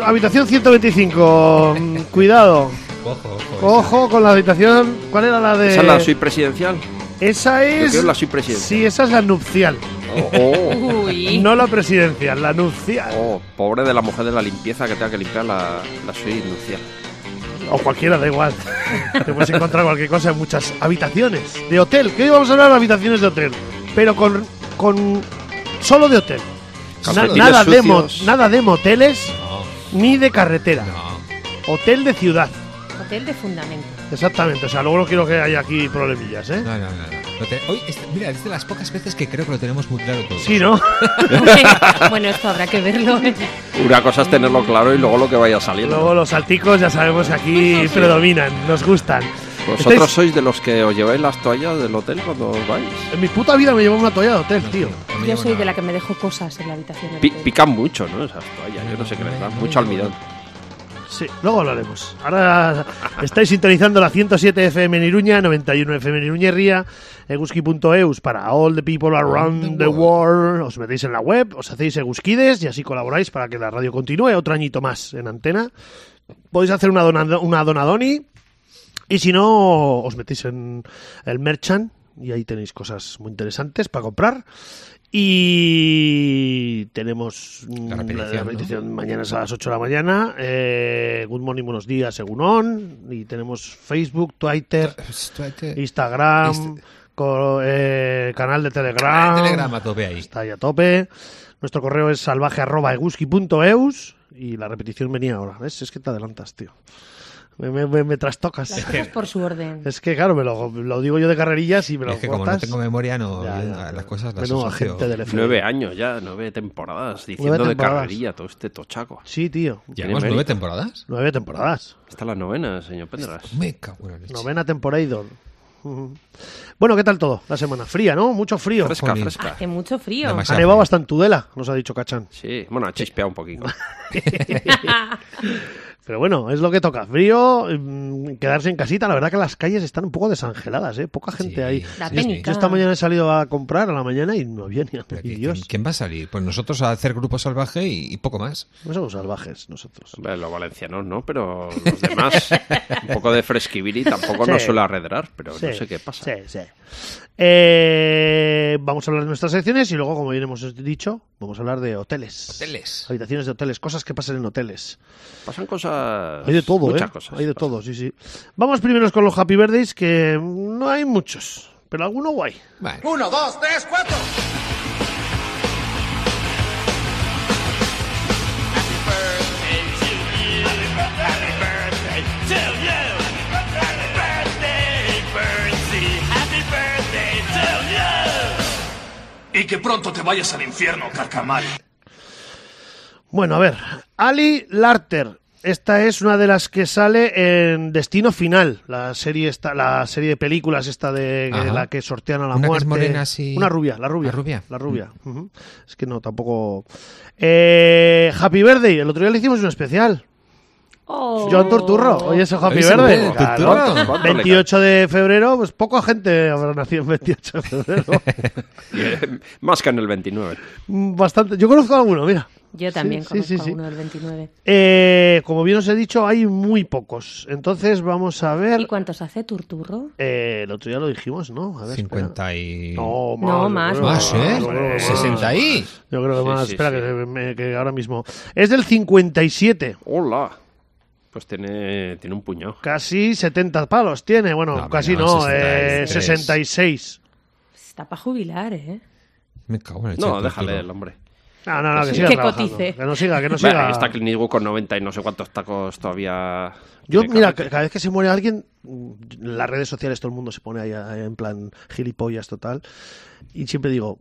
Uh, habitación 125. Mm, Cuidado. Ojo, ojo. Ojo con la habitación. ¿Cuál era la de.? ¿Esa es la suite presidencial? Esa Yo Eh, es. quiero la suite presidencial. Sí, esa es la nupcial. Oh, Uy. No la presidencial, la nupcial. oh, pobre de la mujer de la limpieza que tenga que limpiar la, la suite industrial. O cualquiera, da igual. Te puedes encontrar cualquier cosa en muchas habitaciones de hotel. Que hoy vamos a hablar de habitaciones de hotel. Pero con. con solo de hotel. Na- Calcetines nada, de mo- sucios. nada de moteles No, ni de carretera. no. Hotel de ciudad. Hotel de fundamento. Exactamente. O sea, luego no quiero que haya aquí problemillas, ¿eh? No, no, no. no. Lo te- Hoy, este- mira, es de las pocas veces que creo que lo tenemos muy claro todo. Sí, ¿no? bueno, esto habrá que verlo. Una cosa es tenerlo claro y luego lo que vaya saliendo. Luego los salticos ya sabemos que aquí predominan, nos gustan. ¿Vosotros Estáis- sois de los que os lleváis las toallas del hotel cuando os vais? En mi puta vida me llevo una toalla de hotel, No, tío. no me Yo llevo soy nada. de la que me dejo cosas en la habitación. del Pi- hotel. pican mucho, ¿no? Esas toallas, yo no sé qué les dan. Mucho almidón. Sí, luego hablaremos. Ahora estáis sintonizando la 107 FM en Iruña, 91 FM en Iruña y Ría, eguski.eus para all the people around the world. Os metéis en la web, os hacéis eguskides y así colaboráis para que la radio continúe otro añito más en antena. Podéis hacer una, dona- una donadoni y si no, os metéis en el merchant y ahí tenéis cosas muy interesantes para comprar. Y tenemos mm, La repetición, la ¿no? repetición mañana es a las 8 de la mañana. Eh, good morning, buenos días, según on. Y tenemos Facebook, Twitter, Pues Estoy- Instagram, Inst- co- eh, canal de Telegram. Telegrama a tope ahí. Está ahí a tope. Nuestro correo es salvaje.eguski.eus. Y la repetición venía ahora. ¿Ves? Es que te adelantas, tío. Me, me- me- me Las trastocas. cosas por su orden. Es que, claro, me lo, lo digo yo de carrerillas y me lo Es que como no cortas. tengo memoria, no. Ya, ya. las cosas las Menudo asocio. agente del FBI. Nueve años ya, nueve temporadas, diciendo temporadas. de carrerilla todo este tochaco. Sí, tío. ¿Llevamos Tiene nueve mérito. temporadas? Nueve temporadas. Esta es la novena, señor Pedras. Me cago en la leche. Novena temporada. Ujú. Bueno, ¿qué tal todo? La semana fría, ¿no? Mucho frío. Fresca, Jolín. fresca. Hace mucho frío. Demasiado. Ha nevado hasta en Tudela, nos ha dicho Cachán. Sí, bueno, ha chispeado un poquito. Pero bueno, es lo que toca. Frío, mm, quedarse en casita. La verdad que las calles están un poco desangeladas, ¿eh? Poca gente Sí, hay. La sí, técnica. Yo esta mañana he salido a comprar a la mañana y no había ni, Pero ni ¿quién- Dios. ¿Quién va a salir? Pues nosotros a hacer grupo salvaje y, y poco más. No somos salvajes nosotros. Hombre, Los valencianos no, pero los demás. un poco de fresquibiri tampoco Sí. nos suele arredrar, pero no Sí, sé qué pasa. Sí, sí. Eh, vamos a hablar de nuestras secciones y luego, como bien hemos dicho, vamos a hablar de hoteles. Hoteles. Habitaciones de hoteles, cosas que pasan en hoteles. Pasan cosas. Hay de todo, muchas ¿eh? cosas. hay de pasan. todo, sí, sí. Vamos primero con los Happy Birthdays, que no hay muchos, pero alguno guay. Bueno, Y que pronto te vayas al infierno, carcamal. Bueno, a ver. Ali Larter. Esta es una de las que sale en Destino Final, la serie esta, la serie de películas esta de que- Ajá. la que sortean a la Una que muerte. es morena, así- Una rubia, la rubia. La rubia. Mm. La rubia. ujú. Es que no, tampoco. Eh, Happy Birthday. El otro día le hicimos un especial. Oh. John Turturro. Hoy es el Happy Hoy es el Birthday. Turturro. ¿Cuánto- cuánto le 28 de febrero, pues poca gente habrá nacido en 28 de febrero. Y, eh, Más que en el 29. Mm, Bastante. Yo conozco a alguno, mira. Yo también Sí, sí, conozco sí, sí. a uno del 29. Eh, como bien os he dicho, hay muy pocos. Entonces vamos a ver. ¿Y cuántos hace Turturro? Eh, el otro día lo dijimos, ¿no? A ver, espera. 50 y. No, más. No, yo más, creo que Más, yo creo que ¿eh? más. 60 y. Yo creo que Sí, más. sí, espera, sí. Que, me- que ahora mismo. Es del 57. ¡Hola! Pues tiene, tiene un puño. Casi 70 palos tiene. Bueno, No, casi no, no. eh, 63. 66. Está para jubilar, ¿eh? Me cago en la leche. No, Arturo. déjale el hombre. No, no, no, que Que siga sí. Que trabajando. cotice. Que no siga, que no Vale, siga. Está Clint Eastwood con 90 y no sé cuántos tacos todavía. Yo, tiene mira, carrete. cada vez que se muere alguien, mm, en las redes sociales todo el mundo se pone ahí eh, en plan gilipollas total. Y siempre digo,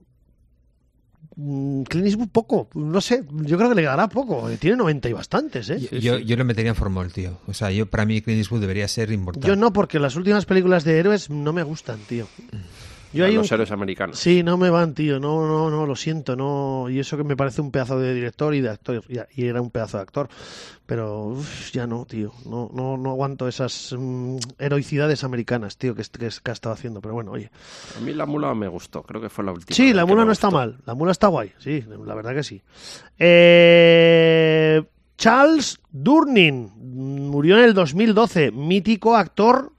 mm, Clint Eastwood poco, no sé, yo creo que le dará poco. eh, Tiene 90 y bastantes, ¿eh? Yo, yo lo metería en formol, tío. O sea, yo para mí Clint Eastwood debería ser inmortal. Yo no, porque las últimas películas de héroes no me gustan, tío. Yo A hay un- los héroes americanos. Sí, no me van, tío. No, no, no, lo siento. no Y eso que me parece un pedazo de director y de actor. Y, y era un pedazo de actor. Pero uf, ya no, tío. No, no, no aguanto esas mm, heroicidades americanas, tío, que, est- que, es- que ha estado haciendo. Pero bueno, oye. A mí la mula me gustó, creo que fue la última. Sí, vez la que mula me no está gustó. mal. La mula está guay. Sí, la verdad que sí. Eh, Charles Durning murió en el 2012, mítico actor.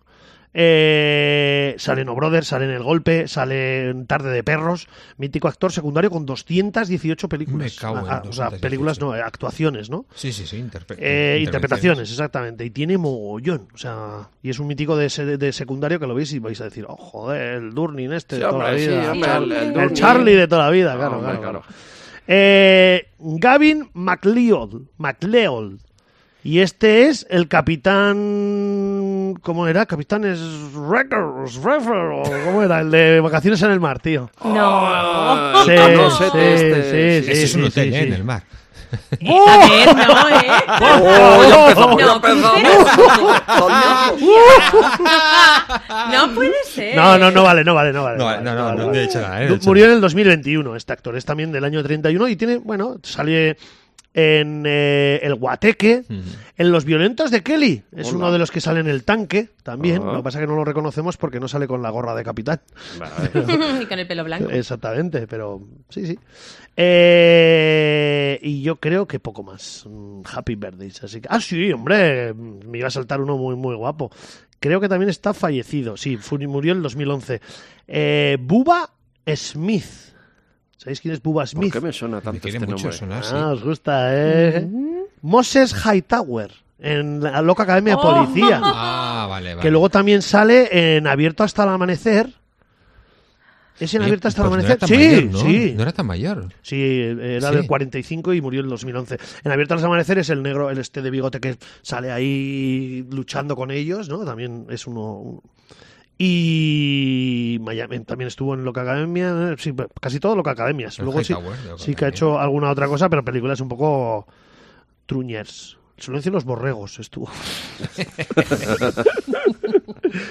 eh, sale en O Brother, sale en El Golpe, sale en Tarde de Perros, mítico actor secundario con 218 películas. Me cago en Ah, ah, o sea, 218. películas no, eh, actuaciones, ¿no? Sí, sí, sí. interpre- Eh, interpretaciones, exactamente. Y tiene mogollón. O sea, y es un mítico de, se- de secundario que lo veis y vais a decir, oh, joder, el Durning este Sí, de toda la hombre, sí, vida. hombre, el- el el Durning. Charlie de toda la vida, Ah, claro, hombre, claro, claro. Eh, Gavin McLeod, McLeod. Y este es el capitán. ¿Cómo era? Capitán es. Records, o ¿Cómo era? El de vacaciones en el mar, tío. Oh. No. Ah, el conosete este, sí, Ese es un sí, hotel sí, ¿eh? sí. en el mar. También no, ¿eh? Oh, ya empezamos, ya No, empezamos. Oh, Coñazo. No puede ser. No, no, no vale, no vale, no vale. No, vale, no, no, vale, no, vale. he hecho nada. ¿eh? No he hecho Murió en el 2021 este actor, es también del año 31 y tiene, bueno, sale en eh, El Guateque, en Los Violentos de Kelly, es Hola. uno de los que sale en el tanque también, Ah. lo que pasa es que no lo reconocemos porque no sale con la gorra de capitán. Vale. y con el pelo blanco. Eh, Exactamente, pero sí, sí. Eh, y yo creo que poco más. Mm, Happy Birthdays. Así que, ah, sí, hombre, mm, me iba a saltar uno muy, muy guapo. Creo que también está fallecido. Sí, fu- murió en 2011. Eh, Bubba Smith. ¿Sabéis quién es Bubba ¿Por Smith? qué me suena tanto Me quiere este mucho nombre? sonar, sí. Ah, os gusta, ¿eh? Moses Hightower en la loca academia de Oh. policía. Ah, vale, vale. Que luego también sale en Abierto hasta el amanecer. ¿Es en Oye, Abierto hasta el pues amanecer? No era tan sí, mayor, ¿no? sí. No era tan mayor. Sí, era Sí. del 45 y murió en 2011. En Abierto al Amanecer es el negro, el este de bigote que sale ahí luchando con ellos, ¿no? También es uno... Y Miami, también estuvo en Loca Academia, eh, sí, pe- casi todo Loca Academias. El Luego sí, Hightower, Loca sí que ha Academia. hecho alguna otra cosa, pero películas un poco truñers. Suelen decir los borregos, estuvo.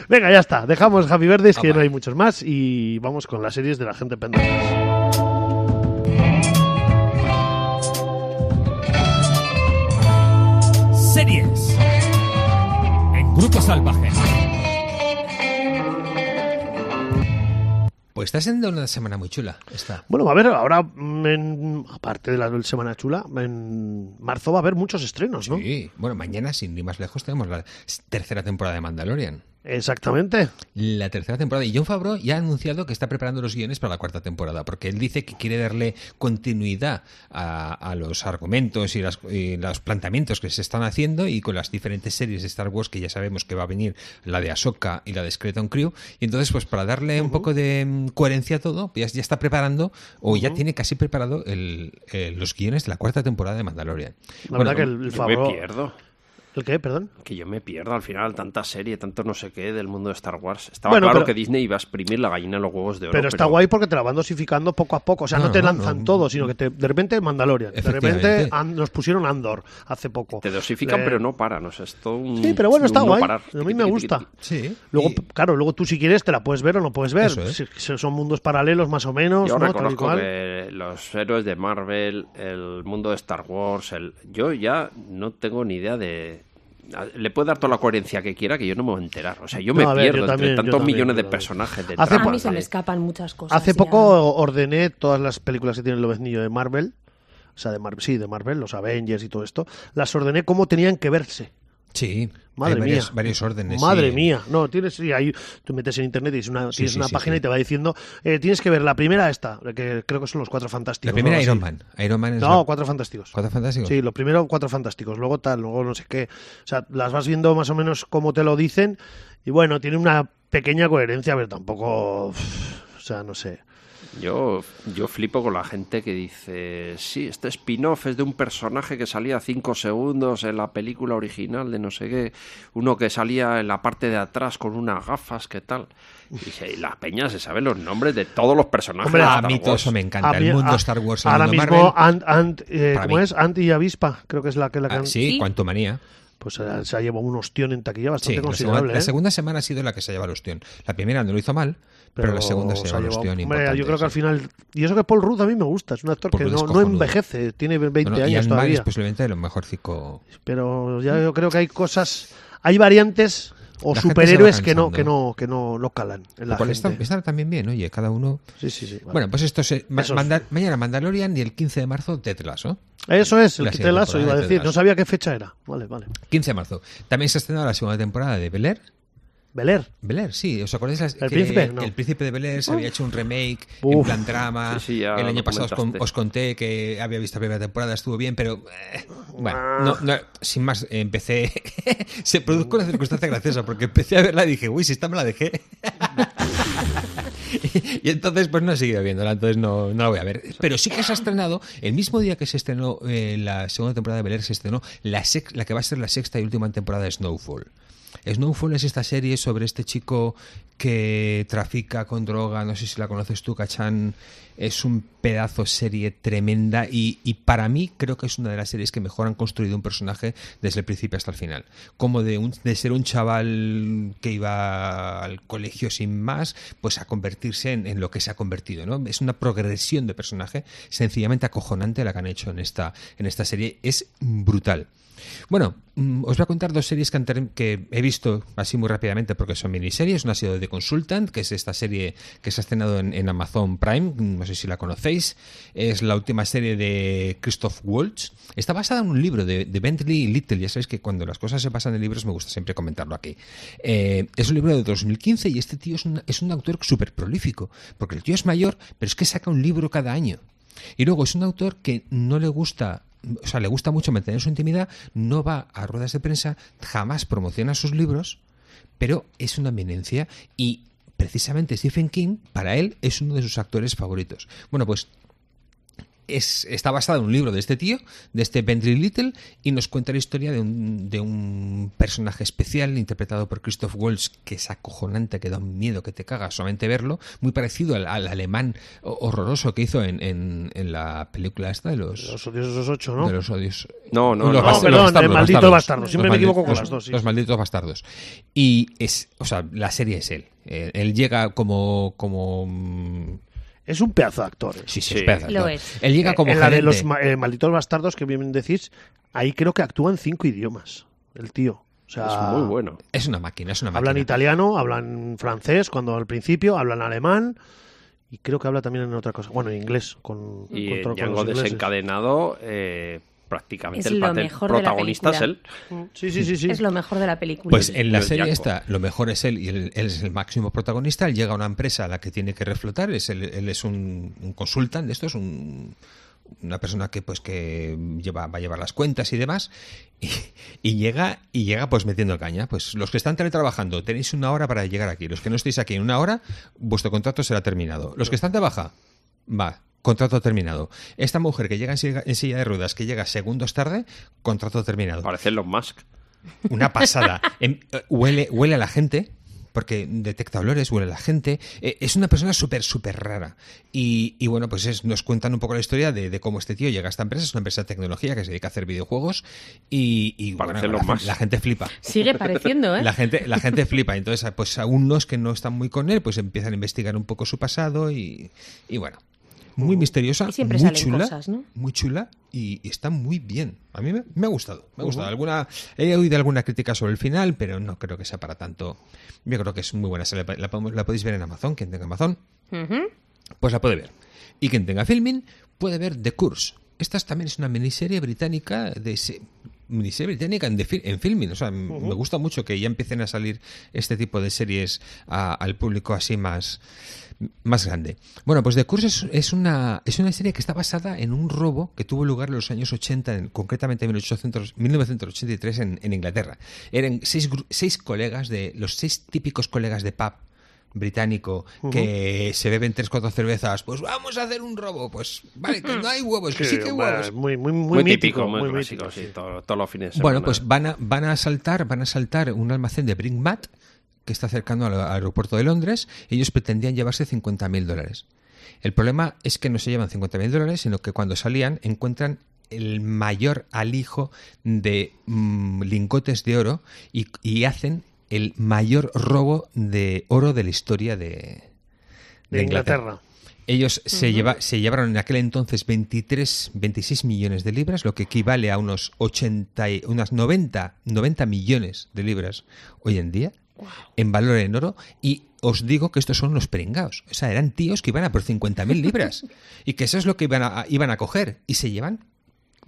Venga, ya está. Dejamos Happy Verdes, que Ah, no vale. hay muchos más, y vamos con las series de la gente pendeja. Series. En Grupo Salvaje. Pues está siendo una semana muy chula. Está. Bueno, va a ver, ahora, mm, en- aparte de la Semana Chula, en marzo va a haber muchos estrenos, ¿no? Sí. Bueno, mañana, sin ir más lejos, tenemos la tercera temporada de Mandalorian. Exactamente. La tercera temporada. Y John Favreau ya ha anunciado que está preparando los guiones para la cuarta temporada, porque él dice que quiere darle continuidad a, a los argumentos y, las- y los planteamientos que se están haciendo y con las diferentes series de Star Wars que ya sabemos que va a venir, la de Ahsoka y la de Skeleton Crew. Y entonces, pues para darle un poco de mm, coherencia a todo, ya, ya está preparando o ya tiene casi preparado el- eh, los guiones de la cuarta temporada de Mandalorian. La Bueno, verdad que el, el Yo me Favreau- pierdo. ¿El qué? Perdón. Que yo me pierdo al final tanta serie, tanto no sé qué del mundo de Star Wars. Estaba Bueno, claro pero- que Disney iba a exprimir la gallina en los huevos de oro. Pero está guay porque te la van dosificando poco a poco. O sea, no, No, te no, lanzan no. todo, sino que te- de repente Mandalorian. De repente Efectivamente. An- nos pusieron Andor hace poco. Te dosifican, Eh, pero no paran. O sea, es todo un. Sí, pero bueno, está un no guay. parar. A mí me gusta. Sí. Luego, Y- p- claro, luego tú si quieres te la puedes ver o no puedes ver. Eso es. Si- si Son mundos paralelos más o menos. Yo ¿no? Tal y reconozco cual. que los héroes de Marvel, el mundo de Star Wars, el... yo ya no tengo ni idea de... Le puedo dar toda la coherencia que quiera que yo no me voy a enterar. O sea, yo me No, a ver, yo pierdo también, yo entre tantos también, millones yo de también. personajes. De Hace a tramas, mí se me de- escapan muchas eh, cosas. Hace ya. poco ordené todas las películas que tiene el lobeznillo de Marvel, o sea, de Marvel, sí, de Marvel, los Avengers y todo esto, las ordené como tenían que verse. Sí. Madre Hay varias- mía. Varios órdenes. Madre sí. mía. No, tienes sí, ahí tú metes en internet y es una, tienes sí, una sí, página sí. y te va diciendo, eh, tienes que ver la primera esta, que creo que son los Cuatro La Fantásticos. primera ¿no? Iron Sí. Man. Iron Man es No, la- Cuatro Fantásticos. Cuatro Fantásticos. Sí, lo primero Cuatro Fantásticos, luego tal, luego no sé qué. O sea, las vas viendo más o menos como te lo dicen y bueno, tiene una pequeña coherencia, pero tampoco... uf, o sea, no sé. Yo, yo flipo con la gente que dice, sí, este spin-off es de un personaje que salía cinco segundos en la película original de no sé qué, uno que salía en la parte de atrás con unas gafas, ¿qué tal? Y dice, "Y las peñas se saben los nombres de todos los personajes. Hombre, de a a Star mí todo Wars. eso me encanta. A mí- el mundo a- Star Wars, el ahora mundo mismo, Marvel. Ant, Ant, eh, Para ¿cómo mí. es? Ant y Avispa, creo que es la que la que Ah, han- sí, Sí. cuanto manía. Pues eh, se ha llevado un ostión en taquilla Sí, bastante la, considerable. segunda, la ¿eh? segunda semana ha sido la que se lleva el ostión. La primera no lo hizo mal, pero, la segunda se, ha lleva el llevado- ostión. Hombre, importante, yo creo que al sí. final. Y eso que Paul Rudd a mí me gusta, es un actor Paul que Rudd es no, no cojonudo. envejece, tiene 20 No, no, y años Ant-Man todavía. es posiblemente de los mejorcico. Pero ya yo creo que hay cosas. Hay variantes o La gente se va superhéroes que no, cansando. que no, que no, no calan en la Lo cual gente. está, está también bien, oye, cada uno. Sí, sí, sí. vale. Bueno, pues esto se. ma- Eso es. manda- mañana Mandalorian y el 15 de marzo Tetlas, ¿no? Eso es, el La quite siguiente lazo temporada iba a de decir. Ted No Lasso. sabía qué fecha era. Vale, vale. 15 de marzo. También se ha estrenado la segunda temporada de Bel Air. Beler. Bel Air, sí, ¿os acordáis? las- ¿El que príncipe? No. El príncipe de Bel Air se había hecho un remake en Uf. plan drama. Sí, sí, ya el año lo pasado os, con- comentaste. os conté que había visto la primera temporada, estuvo bien, pero eh, Ah. bueno, no- no, sin más, empecé. se produjo una circunstancia graciosa porque empecé a verla y dije, uy, si esta me la dejé. y entonces pues no he seguido viéndola, entonces no, no la voy a ver. Pero sí que se ha estrenado, el mismo día que se estrenó eh, la segunda temporada de Bel Air, se estrenó la, sex- la que va a ser la sexta y última temporada de Snowfall. Snowfall es esta serie sobre este chico que trafica con droga, no sé si la conoces tú, Cachan, es un pedazo serie tremenda y, y para mí creo que es una de las series que mejor han construido un personaje desde el principio hasta el final. Como de, un- de ser un chaval que iba al colegio sin más, pues a convertirse en, en lo que se ha convertido, ¿no? Es una progresión de personaje sencillamente acojonante la que han hecho en esta, en esta serie. Es brutal. Bueno, mm, os voy a contar dos series que, han ter- que he visto así muy rápidamente porque son miniseries. Una ha sido The Consultant, que es esta serie que se ha estrenado en, en Amazon Prime, no sé si la conocéis. Es la última serie de Christoph Waltz. Está basada en un libro de, de Bentley Little. Ya sabéis que cuando las cosas se basan en libros me gusta siempre comentarlo aquí. Eh, es un libro de 2015 y este tío es un, es un autor súper prolífico porque el tío es mayor, pero es que saca un libro cada año. Y luego es un autor que no le gusta, o sea, le gusta mucho mantener su intimidad, no va a ruedas de prensa, jamás promociona sus libros, pero es una eminencia y precisamente Stephen King, para él, es uno de sus actores favoritos. Bueno, pues es, está basada en un libro de este tío, de este Bentley Little, y nos cuenta la historia de un, de un personaje especial interpretado por Christoph Waltz, que es acojonante, que da un miedo que te caga solamente verlo, muy parecido al, al alemán ho- horroroso que hizo en, en- en la película esta de los... Los odiosos ocho, ¿no? De los odios. No, no, no, bast- perdón, eh, maldito bastardos. bastardo. Siempre me Los equivoco maldi- con los- las dos, sí. Los malditos bastardos. Y es, o sea, la serie es él. Eh, él llega como, como, mm, Es un pedazo de actor. eh. sí, Sí. sí, es pedazo. Lo es. Él llega como en la de gerente. los ma- eh, malditos bastardos que bien decís, ahí creo que actúan cinco idiomas, el tío. O sea, Es muy bueno. Es una máquina, es una máquina. Hablan italiano, hablan francés cuando al principio, hablan alemán y creo que habla también en otra cosa. Bueno, en inglés. Con, Y con eh, otro- con Django los ingleses. desencadenado, eh, prácticamente Es el lo papel mejor de la protagonista es él. película. Sí, sí, sí. sí. Es lo mejor de la película. Pues Yo- en la yo serie Jaco. esta, lo mejor es él y él, él es el máximo protagonista. Él llega a una empresa a la que tiene que reflotar. Es él, él es un, un consultant de estos, un- una persona que pues que lleva, va a llevar las cuentas y demás. Y, y llega y llega pues metiendo caña. Pues los que están teletrabajando, tenéis una hora para llegar aquí. Los que no estéis aquí en una hora, vuestro contrato será terminado. Los que están de baja, va. Contrato terminado. Esta mujer que llega en silla- en silla de ruedas, que llega segundos tarde, contrato terminado Parecen los Musk. una pasada. Em, eh, huele, huele a la gente, porque detecta olores, huele a la gente. Eh, es una persona súper, súper rara. Y, y bueno, pues es- nos cuentan un poco la historia de, de cómo este tío llega a esta empresa. Es una empresa de tecnología que se dedica a hacer videojuegos. Y, y, bueno, Parece lo la, más. la gente flipa. Sigue pareciendo, ¿eh? La gente, la gente flipa. Entonces, pues a unos que no están muy con él, pues empiezan a investigar un poco su pasado y, y bueno. Muy misteriosa, Mm. Y siempre muy salen chula, cosas, ¿no? muy chula y, y está muy bien. A mí me, me ha gustado, me ha gustado. Alguna, he oído alguna crítica sobre el final, pero no creo que sea para tanto. Yo creo que es muy buena. serie. La, la podemos- la podéis ver en Amazon, quien tenga Amazon, Ujú. pues la puede ver. Y quien tenga filming puede ver The Curse. Esta es- también es una miniserie británica de se- miniserie británica en, de fi- en filming. O sea, m- me gusta mucho que ya empiecen a salir este tipo de series a- al público así más más grande. Bueno, pues The Curse es, es una, es una serie que está basada en un robo que tuvo lugar en los años 80, en- concretamente en 1800 1983 en, en Inglaterra. Eran seis, gru- seis colegas, de los seis típicos colegas de pub británico que se beben tres cuatro cervezas pues vamos a hacer un robo pues vale que no hay huevos que sí que hay bueno, huevos muy, muy, muy, Muy, mítico. típico, muy, muy clásico, mítico, sí, sí. todo- todos los fines de bueno, semana. pues van a, van a asaltar, van a asaltar un almacén de Brinkmat que está cercano al al aeropuerto de Londres. Ellos pretendían llevarse 50.000 dólares. El problema es que no se llevan 50.000 dólares, sino que cuando salían encuentran el mayor alijo de mm, lingotes de oro y, y hacen el mayor robo de oro de la historia de, De, Inglaterra. ellos se, lleva- se llevaron en aquel entonces 23, 26 millones de libras, lo que equivale a unos 80, y- unas 90, 90 millones de libras hoy en día, en valor en oro. Y os digo que estos son los peringaos. O sea, eran tíos que iban a por 50.000 libras y que eso es lo que iban a, a- iban a coger. Y se llevan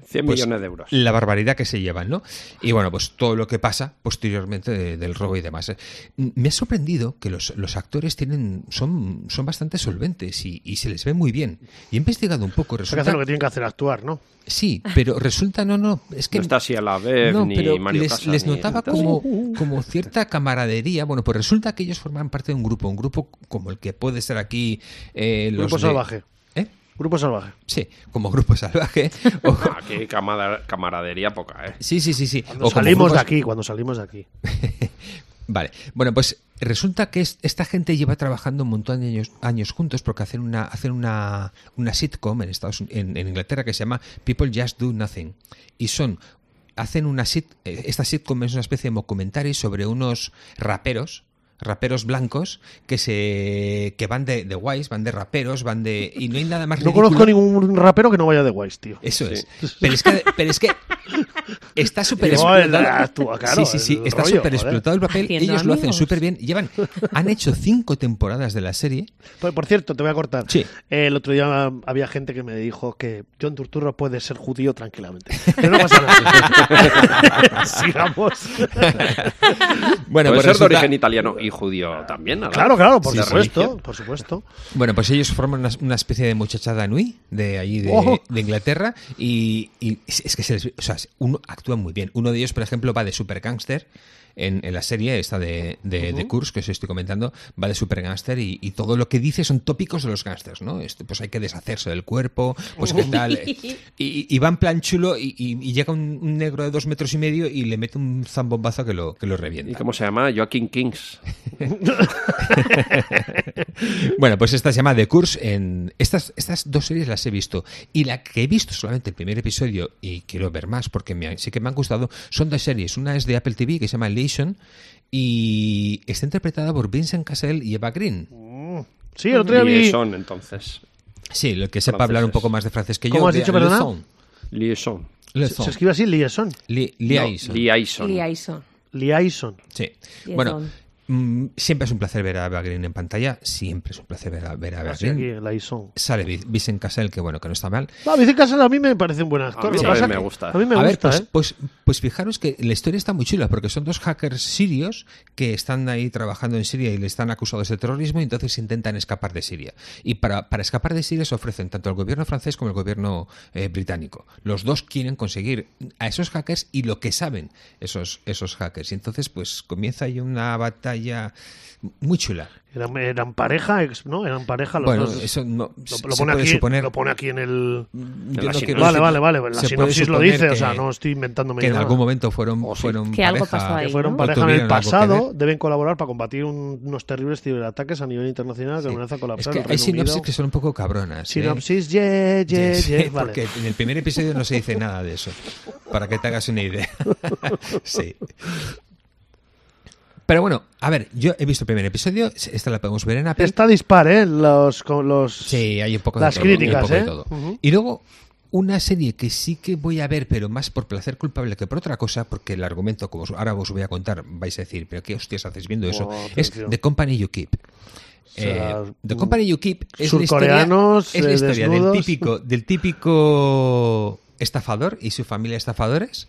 100 Pues, millones de euros. La barbaridad que se llevan, ¿no? Y bueno, pues todo lo que pasa posteriormente de- del robo y demás. Eh, m- Me ha sorprendido que los, los actores tienen son, son bastante solventes y, y se les ve muy bien. Y he investigado un poco, Hay que hacer resulta... lo que tienen que hacer, actuar, ¿no? Sí, pero resulta, no, no, es que... no está así a la vez, No, ni pero Mario les, Casas, les ni notaba tal. como, como cierta camaradería. Bueno, pues resulta que ellos forman parte de un grupo, un grupo como el que puede ser aquí... eh, los Grupo de- salvaje. ¿Eh? Grupo salvaje. Sí, como grupo salvaje. o- Ah, qué camada- camaradería poca, ¿eh? sí, sí, sí, sí. Cuando o como salimos de grupos- aquí, cuando salimos de aquí. Vale, bueno, pues resulta que es- esta gente lleva trabajando un montón de años, años juntos porque hacen una hacen una, una sitcom en Estados Un- en, en Inglaterra que se llama People Just Do Nothing y son hacen una sit, eh, esta sitcom es una especie de mockumentary sobre unos raperos raperos blancos que se que van de, de guays, van de raperos, van de y no hay nada más No ridículo- conozco ningún rapero que no vaya de guays, tío. eso Sí. es. Pero es que, pero es que está súper No, el- explotado. actúa, claro, sí, sí, sí. el Está rollo, súper joder. explotado el papel. Haciendo Ellos lo hacen amigos. súper bien. Llevan, han hecho cinco temporadas de la serie. Por, por cierto, te voy a cortar. Sí. Eh, el otro día había gente que me dijo que John Turturro puede ser judío tranquilamente. Pero no pasa nada. Sigamos. Puede Bueno, pues ser de resulta- origen italiano y judío también, ¿no? Claro, claro, por Sí, sí. supuesto, por supuesto. Bueno, pues ellos forman una, una especie de muchachada nui de allí de, Ojo. de Inglaterra y, y es es que se les- o sea, uno actúa muy bien. Uno de ellos, por ejemplo, va de super gangster en, en la serie esta de, de, de Kurz, que os estoy comentando, va de super gangster y, y todo lo que dice son tópicos de los gangsters, ¿no? Este, pues hay que deshacerse del cuerpo, pues qué tal. Y, y va en plan chulo y, y- y llega un, un negro de dos metros y medio y le mete un zambombazo que lo, que lo revienta. ¿Y cómo se llama? Joaquín Kings. Bueno, pues esta se llama The Curse. En... Estas, estas dos series las he visto. Y la que he visto solamente el primer episodio, y quiero ver más porque me han- sí que me han gustado, son dos series. Una es de Apple TV que se llama Elation y está interpretada por Vincent Cassell y Eva Green. Sí, el otro día vi. Liaison, entonces. Sí, lo que sepa hablar un Franceses. poco más de francés que yo. ¿Cómo has de- dicho, perdona? Liaison. Liaison. Se, se Liaison. escribe así, Liaison. Li- No, Liaison. Liaison. Y ahí son. Liaison. Sí. Liaison. Bueno, mm, siempre es un placer ver a Eva Green en pantalla. Siempre es un placer ver a, ver a Eva Así Green. aquí, Liaison. Sale Vic- Vincent Cassel, que bueno, que no está mal. No, Vicente Casal a mí me parece un buen actor. A mí Lo que también pasa me que- gusta. A mí me a gusta, ver, ¿eh? pues, pues, pues fijaros que la historia está muy chula, porque son dos hackers sirios que están ahí trabajando en Siria y le están acusados de terrorismo y entonces intentan escapar de Siria. Y para, para escapar de Siria se ofrecen tanto el gobierno francés como el gobierno eh, británico. Los dos quieren conseguir a esos hackers y lo que saben esos, esos hackers. Y entonces pues comienza ahí una batalla muy chula. Eran, eran pareja, ex- ¿no? Eran pareja los bueno, dos. eso no Lo- se lo, pone puede aquí, suponer. lo pone aquí en el. Yo la no quiero- Vale, se- vale, vale. La se puede sinopsis lo suponer dice, o que- sea, no estoy inventándome que en yo nada. algún momento fueron, O sí. fueron Que algo pareja- pasó ahí. que fueron ¿no? pareja en el Obtuvieron algo que pasado, ver. deben colaborar para combatir un- unos terribles ciberataques a nivel internacional que amenaza Es colapsar que el hay Reino sinopsis Unido. que son un poco cabronas. ¿eh? Sinopsis, yeah, yeah, Sí, yeah, vale. Porque en el primer episodio no se dice nada de eso. Para que te hagas una idea. sí. Pero bueno, a ver, yo he visto el primer episodio. Esta la podemos ver en Apple. Está dispar, ¿eh? Los, con los... Sí, hay un poco Las de todo, críticas, un poco de ¿eh? todo. Ujú. Y luego una serie que sí que voy a ver, pero más por placer culpable que por otra cosa, porque el argumento, como os- ahora os voy a contar, vais a decir, pero qué hostias hacéis viendo eso, Buah, es atención. The Company You Keep. sea, mm. Eh, The Company You Keep es la historia, surcoreanos, es la eh, historia del desnudos. típico, del típico estafador y su familia de estafadores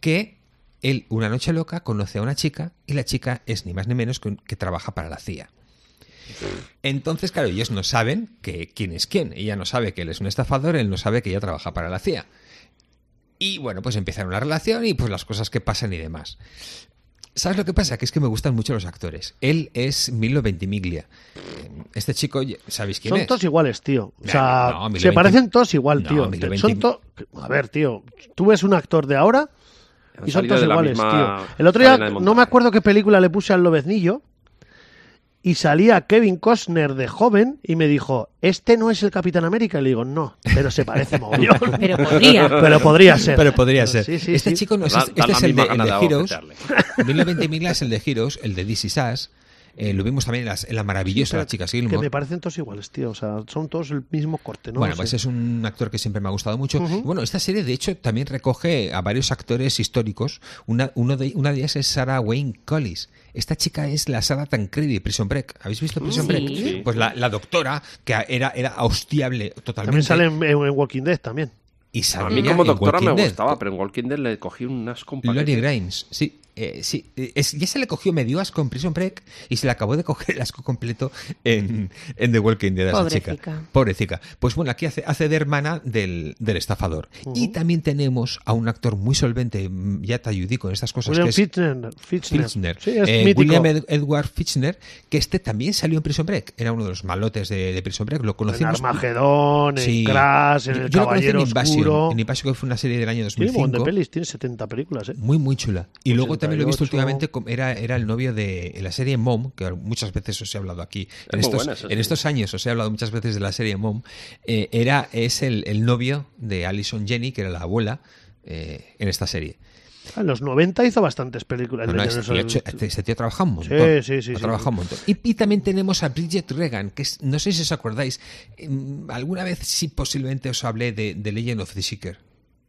que él, una noche loca, conoce a una chica y la chica es ni más ni menos que, un- que trabaja para la CIA. Entonces, claro, ellos no saben que, quién es quién. Ella no sabe que él es un estafador, él no sabe que ella trabaja para la CIA. Y bueno, pues empiezan una relación y pues las cosas que pasan y demás. ¿Sabes lo que pasa? Que es que me gustan mucho los actores. Él es Milo Ventimiglia. Este chico, ya- ¿sabéis quién Son es? todos iguales, tío. O sea, No, Milo se 20. parecen todos igual, No, tío. Milo Son 20. to- A ver, tío, tú ves un actor de ahora Han y son salido todos de la iguales, misma tío. El otro día, cadena de no montaje. me acuerdo qué película le puse al lobeznillo y salía Kevin Costner de joven y me dijo, ¿este no es el Capitán América? Y le digo, no, pero se parece mogollón. Pero podría. pero podría ser. Pero podría ser. Sí, sí, este sí. chico no es. Da- este da es la el misma de, el gana de de Heroes. abofetearle. Milo Ventimiglia es el de Heroes, el de This Is Us. Eh, lo vimos también en, las- en la maravillosa Pero La Chica Que Gilmore. me parecen todos iguales, tío. O sea, son todos el mismo corte, ¿no? bueno, No pues sé. es un actor que siempre me ha gustado mucho. Y Bueno, esta serie de hecho también recoge a varios actores históricos. Una, uno de, una de ellas es Sarah Wayne Collis. Esta chica es la Sarah Tancredi de Prison Break. ¿Habéis visto Prison Sí. Break? Sí. Pues la, la doctora que era, era hostiable totalmente. También sale en, en Walking Dead también. Y A salía mí como en doctora me Walking Dead. gustaba, pero en Walking Dead le cogí unas compañeras. Lori Grimes, sí. eh, sí, eh, es- ya se le cogió medio asco en Prison Break y se le acabó de coger el asco completo en, en The Walking Dead. a esa Pobrecica. chica. Pobrecica. Pues bueno, aquí hace, hace de hermana del, del estafador. Y también tenemos a un actor muy solvente, mm, ya te ayudico en estas cosas. William que Pues es- Fichtner. Fichtner. Fichtner. Sí, es Eh, mítico. William Ed- Edward Fichtner, que este también salió en Prison Break. Era uno de los malotes de, de Prison Break. Lo en conocimos. Armagedón, en Sí. Crash, en Yo- El yo lo conocí Caballero en Invasion, Oscuro. En Invasion, que fue una serie del Tiene año un 2005. montón de pelis, tiene 70 películas, ¿eh? Muy, muy chula. Y luego también lo he 88. visto últimamente, com- era, era el novio de en la serie Mom, que muchas veces os he hablado aquí. En, muy estos, buena esa en serie. estos años os he hablado muchas veces de la serie Mom. Eh, era, es el, el novio de Allison Jenny, que era la abuela, eh, en esta serie. Ah, En los 90 hizo bastantes películas. No, no, El este, Nelson- tío, este- este tío trabaja un Sí, montón. sí, sí, Ha sí. trabajado un montón. Y, y también tenemos a Bridget Regan, que es- no sé si os acordáis, em, alguna vez sí posiblemente os hablé de, de Legend of the Seeker,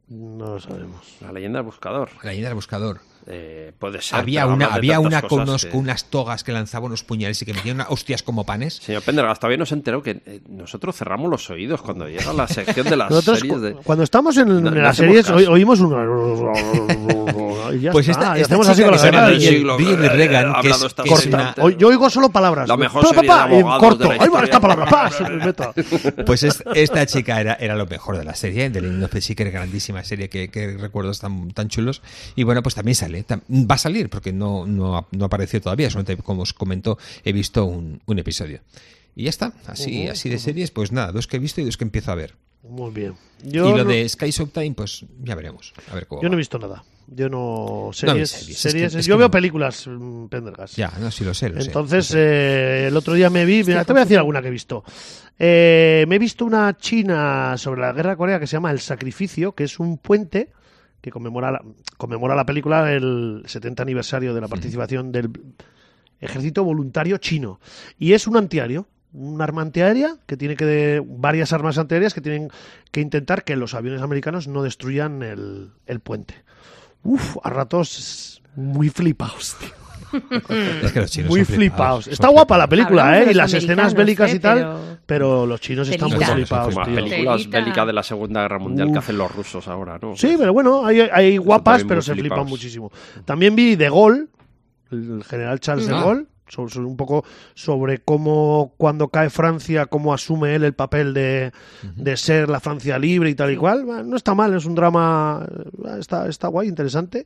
No lo sabemos. La leyenda del buscador. la leyenda del buscador. Eh, puede ser. Había pero una, hablas de había tantas una con, cosas unos- que- con unas togas que lanzaba unos puñales y que metían unas hostias como panes. Señor Pendergast, todavía no se enteró que eh, nosotros cerramos los oídos cuando llega la sección de las Nosotros, series cu- de... cuando estamos en, No- en no las hacemos series, caso. oí- oímos uno. y ya Pues está, esta, y esta hacemos chica así con que la se llama cara. del Bridget, siglo, Bridget eh, Regan, ha que es, hablado esta que es serie. una- Hoy- Yo oigo solo palabras. La mejor Pa, pa, serie de pa, y abogados corto. de la Ahí va historia. esta palabra. pa, se le meto. Pues es- esta chica era, era lo mejor de la serie, de Legend of the Seeker, grandísima serie que, que recuerdos tan, tan chulos. Y bueno, pues también sale, tam- va a salir porque no, no, ha- no apareció todavía, solamente como os comentó, he visto un, un episodio. Y ya está, así, así de series, pues nada, dos que he visto y dos que empiezo a ver. Muy bien. y Yo lo no, de Sky Time, pues ya veremos. A ver cómo yo no he va. visto nada. Yo no. Series. series, es series- que- es yo que veo no. películas, mm, Pendergast. Ya, no, sí lo sé, lo sé. Entonces, eh, el otro día me vi, mira, te voy a decir alguna que he visto. Eh, me he visto una china sobre la guerra de Corea que se llama El Sacrificio, que es un puente que conmemora la, conmemora la película el 70 aniversario de la participación del ejército voluntario chino. Y es un antiaéreo, un arma antiaérea que tiene que de- varias armas antiaéreas que tienen que intentar que los aviones americanos no destruyan el, el puente. Uf, a ratos muy flipados, tío. Es que los chinos Muy son flipados. son Está guapa la flipados. película, Hablamos ¿eh? de Y las los escenas americanos, bélicas y ¿eh? tal. Pero- Pero los chinos están muy Telita. flipados, Como las tío. película. películas Telita. bélicas de la Segunda Guerra Mundial que Uf. hacen los rusos ahora, ¿no? Pues Sí, pero bueno, hay, hay guapas, también pero muy se flipan flipaos. muchísimo. También vi De Gaulle, el general Charles de Ah. Gaulle, sobre, sobre un poco sobre cómo cuando cae Francia, cómo asume él el papel de, de ser la Francia libre y tal y cual. Bueno, No está mal, es un drama, eh, está, está guay, interesante.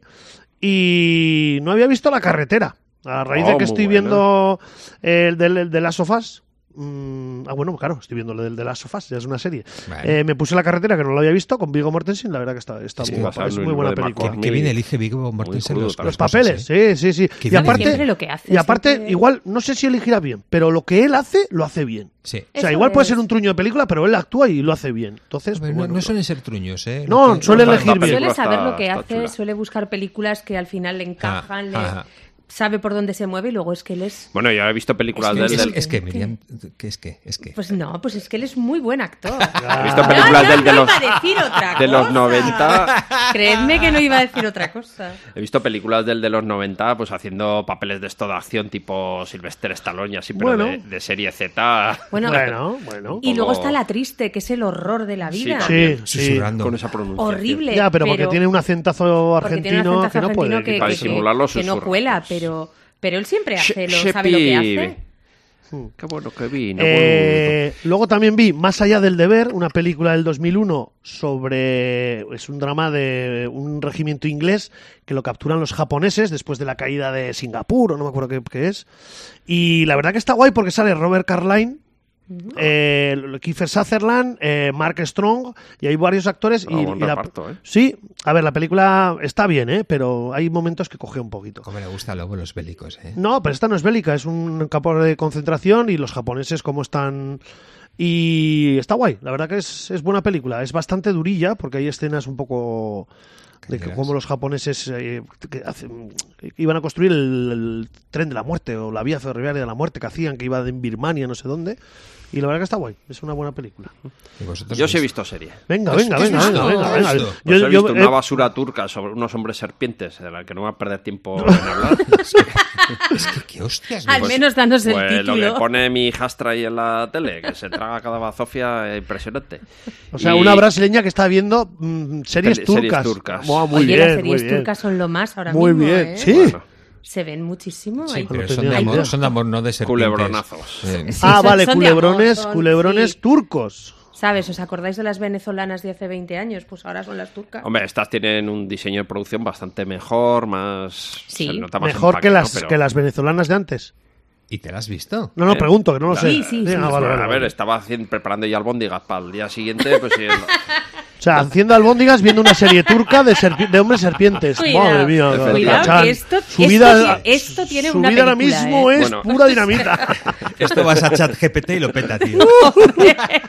Y no había visto La Carretera. A raíz de Oh, que muy estoy buena. viendo el del, el de las sofás. ah, bueno, claro, estoy viendo lo del de las sofás, ya es una serie. Vale. Eh, me puse la carretera, que no lo había visto, con Vigo Mortensen, la verdad que está, está Sí, muy guapa, basado en es un muy buena libro de película. Marcos. Que bien elige Viggo Mortensen crudo los, también. Los cosas, papeles, ¿eh? sí, sí, sí. Que Y viene aparte, siempre lo que hace, y aparte siempre- igual, no sé si elegirá bien, pero lo que él hace, lo hace bien. Sí. O sea, Eso igual puede es. ser un truño de película, pero él actúa y lo hace bien. Entonces, A ver, pues no, bueno, no suelen ser truños, ¿eh? No, Los que- suele los- elegir La bien. Suele película saber está- lo que está hace, chula. suele buscar películas que al final le encajan, le- ajá. sabe por dónde se mueve y luego es que él es... Bueno, yo he visto películas Es, del... es- del- es que, Miriam, que es que, es que. Pues no, pues es que él es muy buen actor. He visto películas no, del- de no los... iba a decir otra de los cosa. 90. Creedme que no iba a decir otra cosa. He visto películas del de los 90 pues haciendo papeles de esto de acción tipo Sylvester Stallone y así, pero Bueno. de, de serie Z. Bueno, bueno, bueno. y luego como- está la triste, que es el horror de la vida. Sí, Sí, sí. Susurrando. Con esa pronunciación. Horrible. Ya, pero porque tiene un acentazo porque tiene argentino un que acentazo no puede. argentino ni Para que- que- parecer. disimularlo, que no susurra. cuela, pero, pero él siempre hace, lo, Shepi. sabe lo que hace. Uh, Qué bueno que vino. Eh, luego también vi Más allá del deber, una película del 2001 sobre... Es un drama de un regimiento inglés que lo capturan los japoneses después de la caída de Singapur, o no me acuerdo qué, qué es. Y la verdad que está guay porque sale Robert Carlyle, eh, Kiefer Sutherland, eh, Mark Strong, y hay varios actores. Y, Ah, buen y la- reparto, ¿eh? Sí, a ver, la película está bien, ¿eh? pero hay momentos que coge un poquito. Como le gusta a Lobo los bélicos, ¿eh? No, pero esta no es bélica, es un campo de concentración y los japoneses como están... Y está guay, la verdad que es, es buena película, es bastante durilla porque hay escenas un poco de que Cañeras. cómo los japoneses eh, que hacen- que iban a construir el, el tren de la muerte o la vía ferroviaria de la muerte que hacían, que iba de Birmania, no sé dónde. Y la verdad que está guay, es una buena película. ¿Y vosotros Yo habéis- sí he visto serie. Venga, Pues, venga, ¿qué has venga, venga, visto? venga, ¿Qué has venga. visto? Pues he yo- visto eh, una basura turca sobre unos hombres serpientes, de la que no va a perder tiempo en hablar. Es que, ¿qué hostias? Al Pues- menos danos el Pues lo que título. pone mi hijastra ahí en la tele, que se traga cada bazofia eh, impresionante. o sea, Y- una brasileña que está viendo mm, series Peli- series turcas. turcas. Buah, muy Oye, bien, las series muy bien. turcas son lo más ahora Muy mismo. bien, ¿eh? sí. Bueno, Se ven muchísimo. Sí, hay- no pero son tenía de, ni idea. amor, son de amor, no de serpientes. Culebronazos. Eh, Sí, Ah, son- vale, son de amor, culebrones, son- culebrones sí. turcos. ¿Sabes? ¿Os acordáis de las venezolanas de hace 20 años? Pues ahora son las turcas. Hombre, estas tienen un diseño de producción bastante mejor, más. Sí. se nota más Mejor empaque, que ¿no? las, Pero- que las venezolanas de antes. ¿Y te la has visto? No, no, Eh, pregunto, que no lo sé. claro. Sí, sí, sí. ah, vale, vale, a ver, vale. estaba haciendo- preparando ya albóndigas para el día siguiente, pues sí, el- O sea, haciendo albóndigas viendo una serie turca de, serpi- de hombres serpientes. Madre mía, Cachan. Cuidado, cuidado, que esto- su esto vida, tie- esto tiene su una vida ahora película, mismo ¿eh? es Bueno. pura dinamita. Esto vas a chat GPT y lo peta, tío.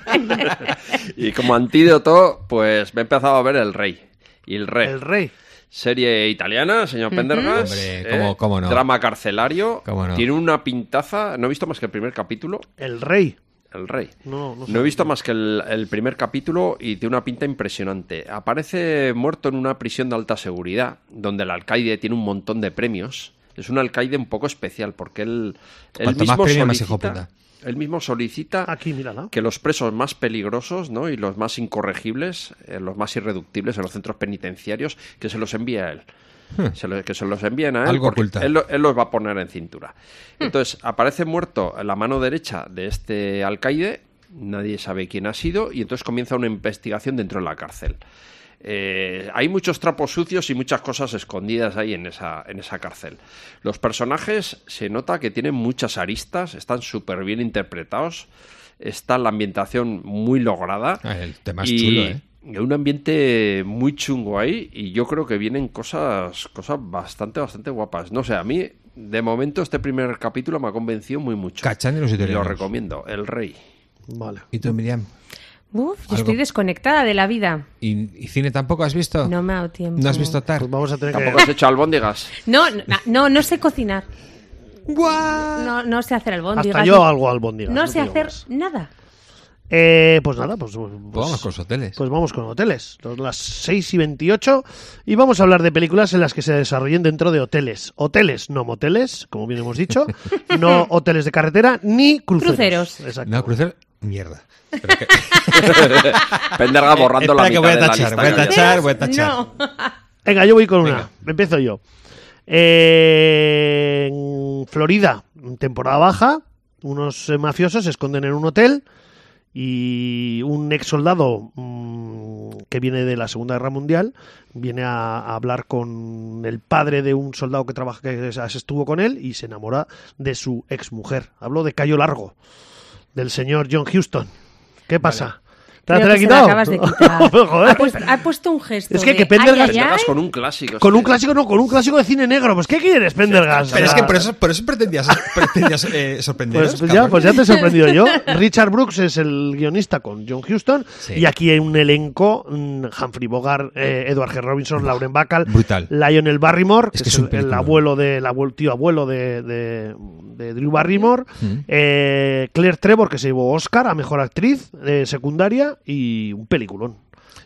y como antídoto, pues me he empezado a ver El Rey. Y El Rey. El rey. Serie italiana, señor Pendergast. eh, Hombre, cómo- cómo no. Drama carcelario. Cómo no. Tiene una pintaza. No he visto más que el primer capítulo. El rey. El rey. No, no sé. he visto más que el, el primer capítulo y tiene una pinta impresionante. Aparece muerto en una prisión de alta seguridad, donde el alcaide tiene un montón de premios. Es un alcaide un poco especial porque él, él Cuanto más mismo premio, más hijo solicita, puta. él mismo solicita Aquí, mírala. que los presos más peligrosos ¿no? y los más incorregibles, eh, los más irreductibles en los centros penitenciarios, que se los envíe a él. Se lo- que se los envíen a él. Hmm. Algo porque oculta. Él, lo- él los va a poner en cintura. Entonces, aparece muerto la mano derecha de este alcaide, nadie sabe quién ha sido, y entonces comienza una investigación dentro de la cárcel. Eh, hay muchos trapos sucios y muchas cosas escondidas ahí en esa, en esa cárcel. Los personajes se nota que tienen muchas aristas, están súper bien interpretados, está la ambientación muy lograda. Ah, el tema es y- chulo, ¿eh? y un ambiente muy chungo ahí y yo creo que vienen cosas, cosas bastante, bastante guapas. No sé, a mí de momento este primer capítulo me ha convencido muy mucho. Cachan de los Y lo italianos. recomiendo, El Rey. Vale. ¿Y tú, Miriam? Uf, yo Algo- estoy desconectada de la vida. ¿Y, y cine tampoco has visto? No me ha dado tiempo. ¿No has visto TAR? Pues vamos a tener Tampoco que. has hecho albóndigas. No, no, no, no sé cocinar. No, no sé hacer albóndigas. Hasta yo algo albóndigas. No sé te digo hacer más. nada. Eh, pues nada, pues, pues- Pues vamos con los hoteles. Pues vamos con hoteles. Son las 6 y 28. Y vamos a hablar de películas en las que se desarrollen dentro de hoteles. Hoteles, no moteles, como bien hemos dicho. no hoteles de carretera ni cruceros. Cruceros. Exacto. No, crucer, mierda. Pero que- Penderga borrando la Eh, espera que mitad voy a de la tachar, lista voy a que había. tachar. voy a tachar. No. Venga, yo voy con una. Venga. Empiezo yo. Eh, en Florida, temporada baja, unos eh, mafiosos se esconden en un hotel y un ex soldado mm, que viene de la Segunda Guerra Mundial viene a, a hablar con el padre de un soldado que trabaja que es- estuvo con él y se enamora de su ex mujer. Hablo de Cayo Largo, del señor John Houston. ¿Què passa? ¿Te la- Creo te la he que se la quitado? acabas de quitar. Joder. Ha, puesto, ha puesto un gesto. Es que- de, que Pendergast- "Ay, ay, ay". Pendergas con un clásico. Con un este. clásico no, con un clásico de cine negro. Pues ¿qué quieres, Pendergast? Pero es que por Pues, eso, por eso pretendías, pretendías eh, sorprenderos, pues ya, cabrón. pues ya te he sorprendido yo. Richard Brooks es el guionista con John Huston. Sí. Y aquí hay un elenco: mm, Humphrey Bogart, eh, Edward G. Robinson, Lauren Bacall, brutal. Lionel Barrymore, que es, que es un el- el, peliculón. abuelo del abuelo, tío abuelo de, de- de Drew Barrymore, Mm. eh, Claire Trevor, que se llevó Oscar a mejor actriz eh, secundaria, y un peliculón.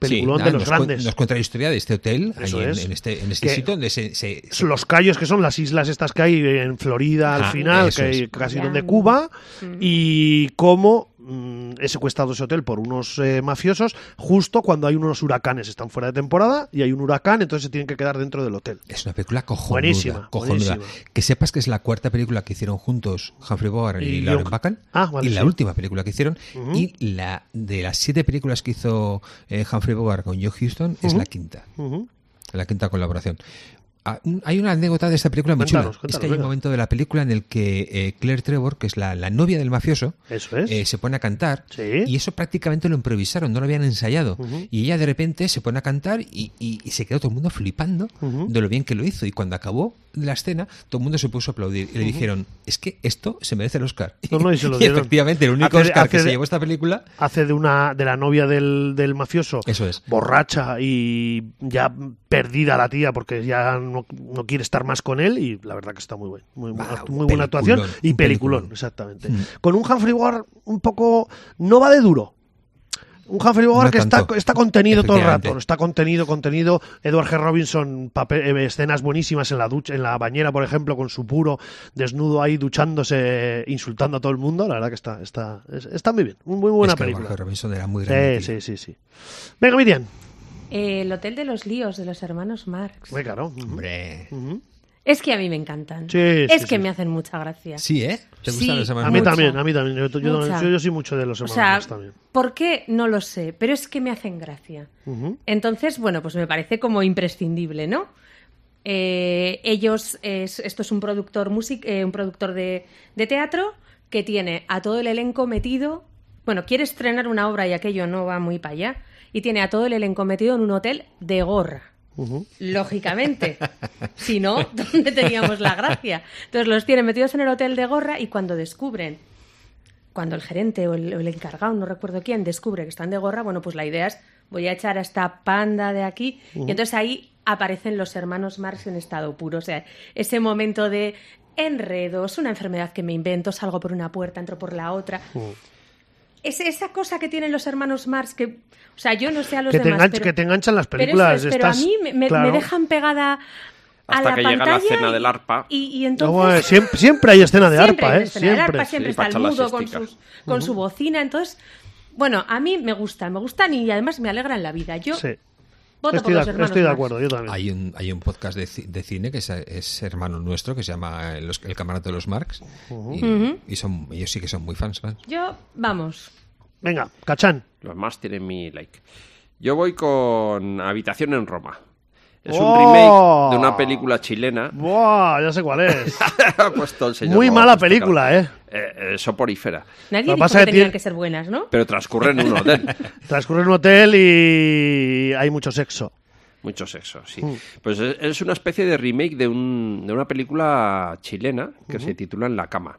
Peliculón Sí, de nada, los nos grandes. cuen- Nos cuenta la historia de este hotel, ahí Eso en, es. en este, en este Que- sitio donde se... se- Sí. los callos que son las islas estas que hay en Florida al Ajá, final, eso que hay es. casi Ya, donde no. Cuba, y cómo mm, he secuestrado ese hotel por unos eh, mafiosos justo cuando hay unos huracanes, están fuera de temporada y hay un huracán, entonces se tienen que quedar dentro del hotel. es una película cojonuda. Buenísima, cojonuda. buenísima. Que sepas que es la cuarta película que hicieron juntos Humphrey Bogart y, Y Lauren John- Bacall. Ah, vale, y la sí. última película que hicieron. Y la de las siete películas que hizo eh, Humphrey Bogart con Joe Houston es la quinta. Ujú. la quinta colaboración. Ah, un- Hay una anécdota de esta película muy Cuéntanos, chula. cuéntanos, es que hay un venga. momento de la película en el que eh, Claire Trevor, que es la, la novia del mafioso, Eso es. eh, se pone a cantar. Sí. Y eso prácticamente lo improvisaron, no lo habían ensayado. Y ella de repente se pone a cantar y, y- y se quedó todo el mundo flipando de lo bien que lo hizo. Y cuando acabó, de la escena, todo el mundo se puso a aplaudir y le dijeron, es que esto se merece el Oscar. No, no, y se lo dieron. efectivamente, el Hace único de- Oscar hace que se de- llevó esta película hace de una de la novia del, del mafioso Eso es. borracha y ya perdida la tía porque ya no, no quiere estar más con él y la verdad que está muy buen, muy, muy Ah, un buena actuación peliculón, y un peliculón, peliculón. Mm. exactamente con un Humphrey Bogart un poco no va de duro un Humphrey Bogart No que está, tanto. está contenido todo el Efectivamente. rato, está contenido, contenido. Edward G. Robinson, papel- eh, escenas buenísimas en la ducha, en la bañera, por ejemplo, con su puro desnudo ahí duchándose, insultando a todo el mundo. La verdad que está, está, es- está muy bien, muy buena es que película. Jorge Robinson era muy grande. Sí, sí, sí, sí. Venga, Miriam. Eh, el Hotel de los Líos de los hermanos Marx. Muy claro. Hombre. Es que a mí me encantan. Sí, es sí, que sí. me hacen mucha gracia. Sí, ¿eh? ¿Te Sí, gustan los A hermanos mí Mucha. Marx? también, a mí también. Yo, yo- yo- Mucha. yo- yo soy mucho de los o hermanos sea, Marx también. ¿por qué? No lo sé, pero es que me hacen gracia. Ujú. Entonces, bueno, pues me parece como imprescindible, ¿no? Eh, ellos, es- esto es un productor, music, eh, un productor de, de teatro que tiene a todo el elenco metido. Bueno, quiere estrenar una obra y aquello no va muy para allá. Y tiene a todo el elenco metido en un hotel de gorra. Lógicamente. si no, ¿dónde teníamos la gracia? Entonces los tienen metidos en el hotel de gorra y cuando descubren cuando el gerente o el, o el encargado, no recuerdo quién, descubre que están de gorra, bueno, pues la idea es voy a echar a esta panda de aquí. Y entonces ahí aparecen los hermanos Marx en estado puro. O sea, ese momento de enredos, una enfermedad que me invento, salgo por una puerta, entro por la otra. Es esa cosa que tienen los hermanos Marx que, o sea, yo no sé a los Que, te demás, engancha- pero- que te enganchan las pero eso películas. es, pero estás- a mí me, me- me claro. dejan pegada a Hasta la que llega la pantalla cena y- del arpa. y, y No, entonces Ah, bueno, siempre, siempre hay escena de siempre arpa, hay ¿eh? escena del Siempre. arpa, siempre Sí, está el para echar la mudo con, siestica. sus- con su bocina. Entonces, bueno, a mí me gustan, me gustan y además me alegran la vida. Yo Sí. voto Estoy, por de, los hermanos estoy de Marx. acuerdo, yo también. Hay un, hay un podcast de, ci- de cine que es, es hermano nuestro que se llama Los- El Camarato de los Marx. y, y son, ellos sí que son muy fans. fans. Yo, vamos. Venga, Cachán. Los más tienen mi like. Yo voy con Habitación en Roma. Es un ¡Oh! remake de una película chilena. Buah, ya sé cuál es. Ha puesto el señor Muy Lobo, ha mala puesto película, cara. ¿eh? Eh, eh, soporífera. Nadie Lo dijo pasa que que tenían tiene- que ser buenas, ¿no? Pero transcurre en un hotel. Transcurre en un hotel y hay mucho sexo. Mucho sexo, sí. Pues es, es una especie de remake de, un- de una película chilena que se titula En la cama.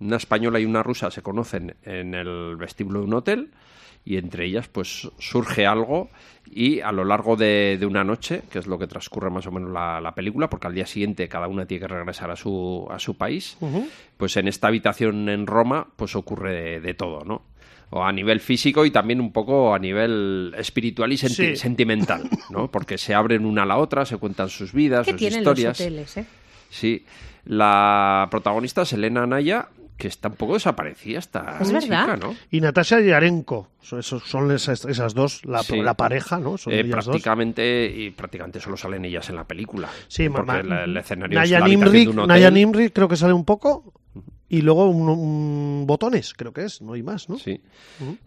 Una española y una rusa se conocen en el vestíbulo de un hotel y entre ellas pues surge algo y a lo largo de, de una noche, que es lo que transcurre más o menos la, la película, porque al día siguiente cada una tiene que regresar a su, a su país, pues en esta habitación en Roma pues ocurre de, de todo, ¿no? O a nivel físico y también un poco a nivel espiritual y senti- Sí. sentimental, ¿no? Porque se abren una a la otra, se cuentan sus vidas, ¿Qué sus tienen historias. los hoteles, eh? Sí. La protagonista es Elena Anaya, que está un poco desaparecida esta Es chica, verdad. ¿no? Y Natasha Yarenko. Son, esos- son esas, esas dos, la, Sí. la pareja, ¿no? Son Eh, ellas dos. prácticamente y prácticamente solo salen ellas en la película. Sí, porque mamá. la- el escenario es la Nayan habitación Imri, de un hotel. Nayan Imri creo que sale un poco. Y luego un, un- botones, creo que es. No hay más, ¿no? Sí.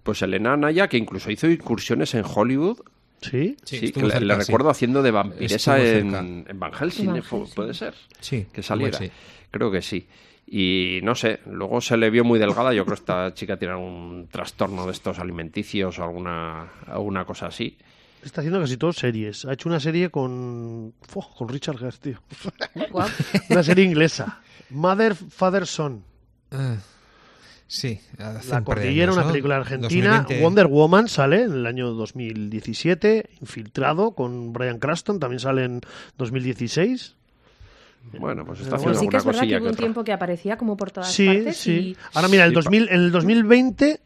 Pues Elena Anaya, que incluso hizo incursiones en Hollywood. Sí. Sí, Sí, estuvo que le, le cerca, sí. recuerdo haciendo de vampiresa Estuvo en, cerca. en Van Helsing, Van ¿eh? Pu- Helsing. puede ser. Sí, que saliera. igual sí. Creo que sí. Y no sé, luego se le vio muy delgada. Yo creo que esta chica tiene algún trastorno de estos alimenticios o alguna, alguna cosa así. Está haciendo casi todo series. Ha hecho una serie con. Fua, con Richard Gere, tío. Guau. Una serie inglesa. Mother, Father, Son. Ah, sí, hace La un par de Cordillera, años, una ¿no? película argentina. 2020. Wonder Woman sale en el año 2017. Infiltrado con Brian Cranston. También sale en 2016. Bueno, pues está Pero bueno, haciendo Pues sí que alguna es verdad que cosilla hubo que un otra. tiempo que aparecía como por todas Sí, partes sí. y Ahora mira, el, Sí, 2000, el 2020,